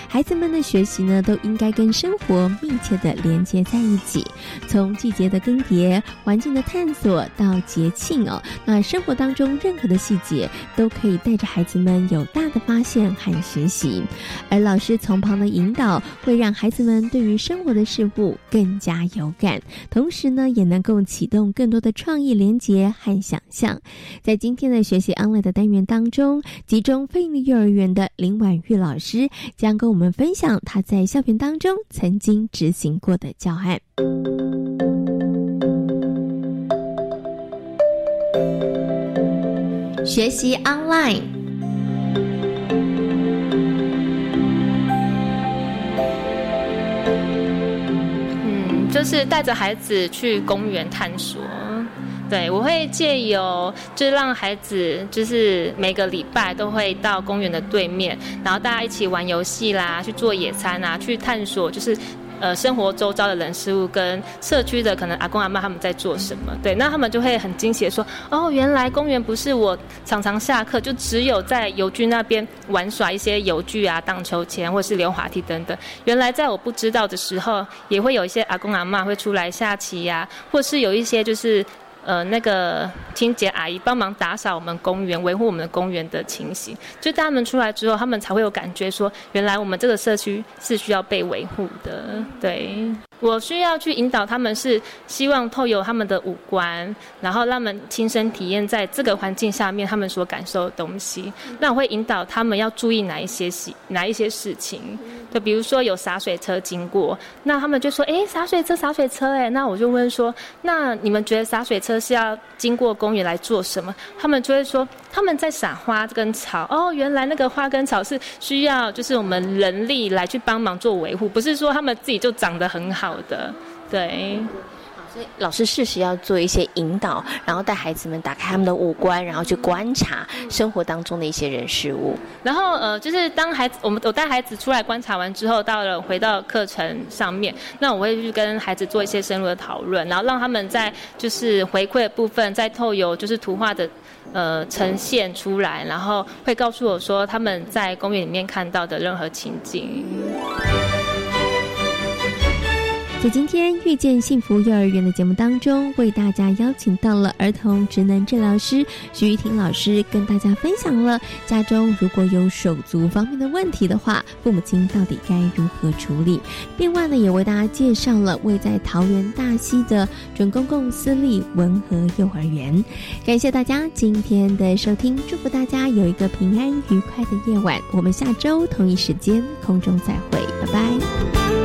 S7: 孩子们的学习呢都应该跟生活密切的连接在一起，从季节的更迭、环境的探索到节庆哦，那生活当中任何的细节都可以带着孩子们有大的发现和学习。而老师从旁的引导，会让孩子们对于生活的事物更加有感，同时呢，也能够启动更多的创意连结和想象。在今天的学习 online 的单元当中，集中非营利幼儿园的林婉玉老师将跟我们分享她在校园当中曾经执行过的教案。
S1: 学习 online。
S2: 嗯，就是带着孩子去公园探索。对，我会借由就是让孩子就是每个礼拜都会到公园的对面，然后大家一起玩游戏啦，去做野餐啊，去探索就是。呃，生活周遭的人事物跟社区的可能阿公阿妈他们在做什么？对，那他们就会很惊喜的说：“哦，原来公园不是我常常下课就只有在邮局那边玩耍一些邮具啊、荡秋千或是溜滑梯等等。原来在我不知道的时候，也会有一些阿公阿妈会出来下棋呀、或是有一些就是呃那个清洁阿姨帮忙打扫我们公园、维护我们的公园的情形。就带他们出来之后，他们才会有感觉说，原来我们这个社区是需要被维护的。对，我需要去引导他们，是希望透由他们的五官，然后让他们亲身体验在这个环境下面他们所感受的东西。那我会引导他们要注意哪一些事，哪一些事情。就比如说有洒水车经过，那他们就说：“哎，洒水车，洒水车！”哎，那我就问说：“那你们觉得洒水车是要经过公园来做什么？”他们就会说：“他们在撒花跟草。”哦，原来那个花跟草是需要就是我们人力来去帮忙做维护，不是说他们自己就长得很好的。对，
S17: 所以老师适时要做一些引导，然后带孩子们打开他们的五官，然后去观察生活当中的一些人事物。
S2: 然后呃，就是当孩子我们我带孩子出来观察完之后，到了回到课程上面，那我会去跟孩子做一些深入的讨论，然后让他们在就是回馈的部分，再透由就是图画的呃呈现出来，然后会告诉我说他们在公园里面看到的任何情景。
S5: 在今天遇见幸福幼儿园的节目当中，为大家邀请到了儿童职能治疗师徐玉婷老师，跟大家分享了家中如果有手足方面的问题的话，父母亲到底该如何处理。另外呢，也为大家介绍了位在桃园大溪的准公共私立文和幼儿园。感谢大家今天的收听，祝福大家有一个平安愉快的夜晚。我们下周同一时间空中再会，拜拜。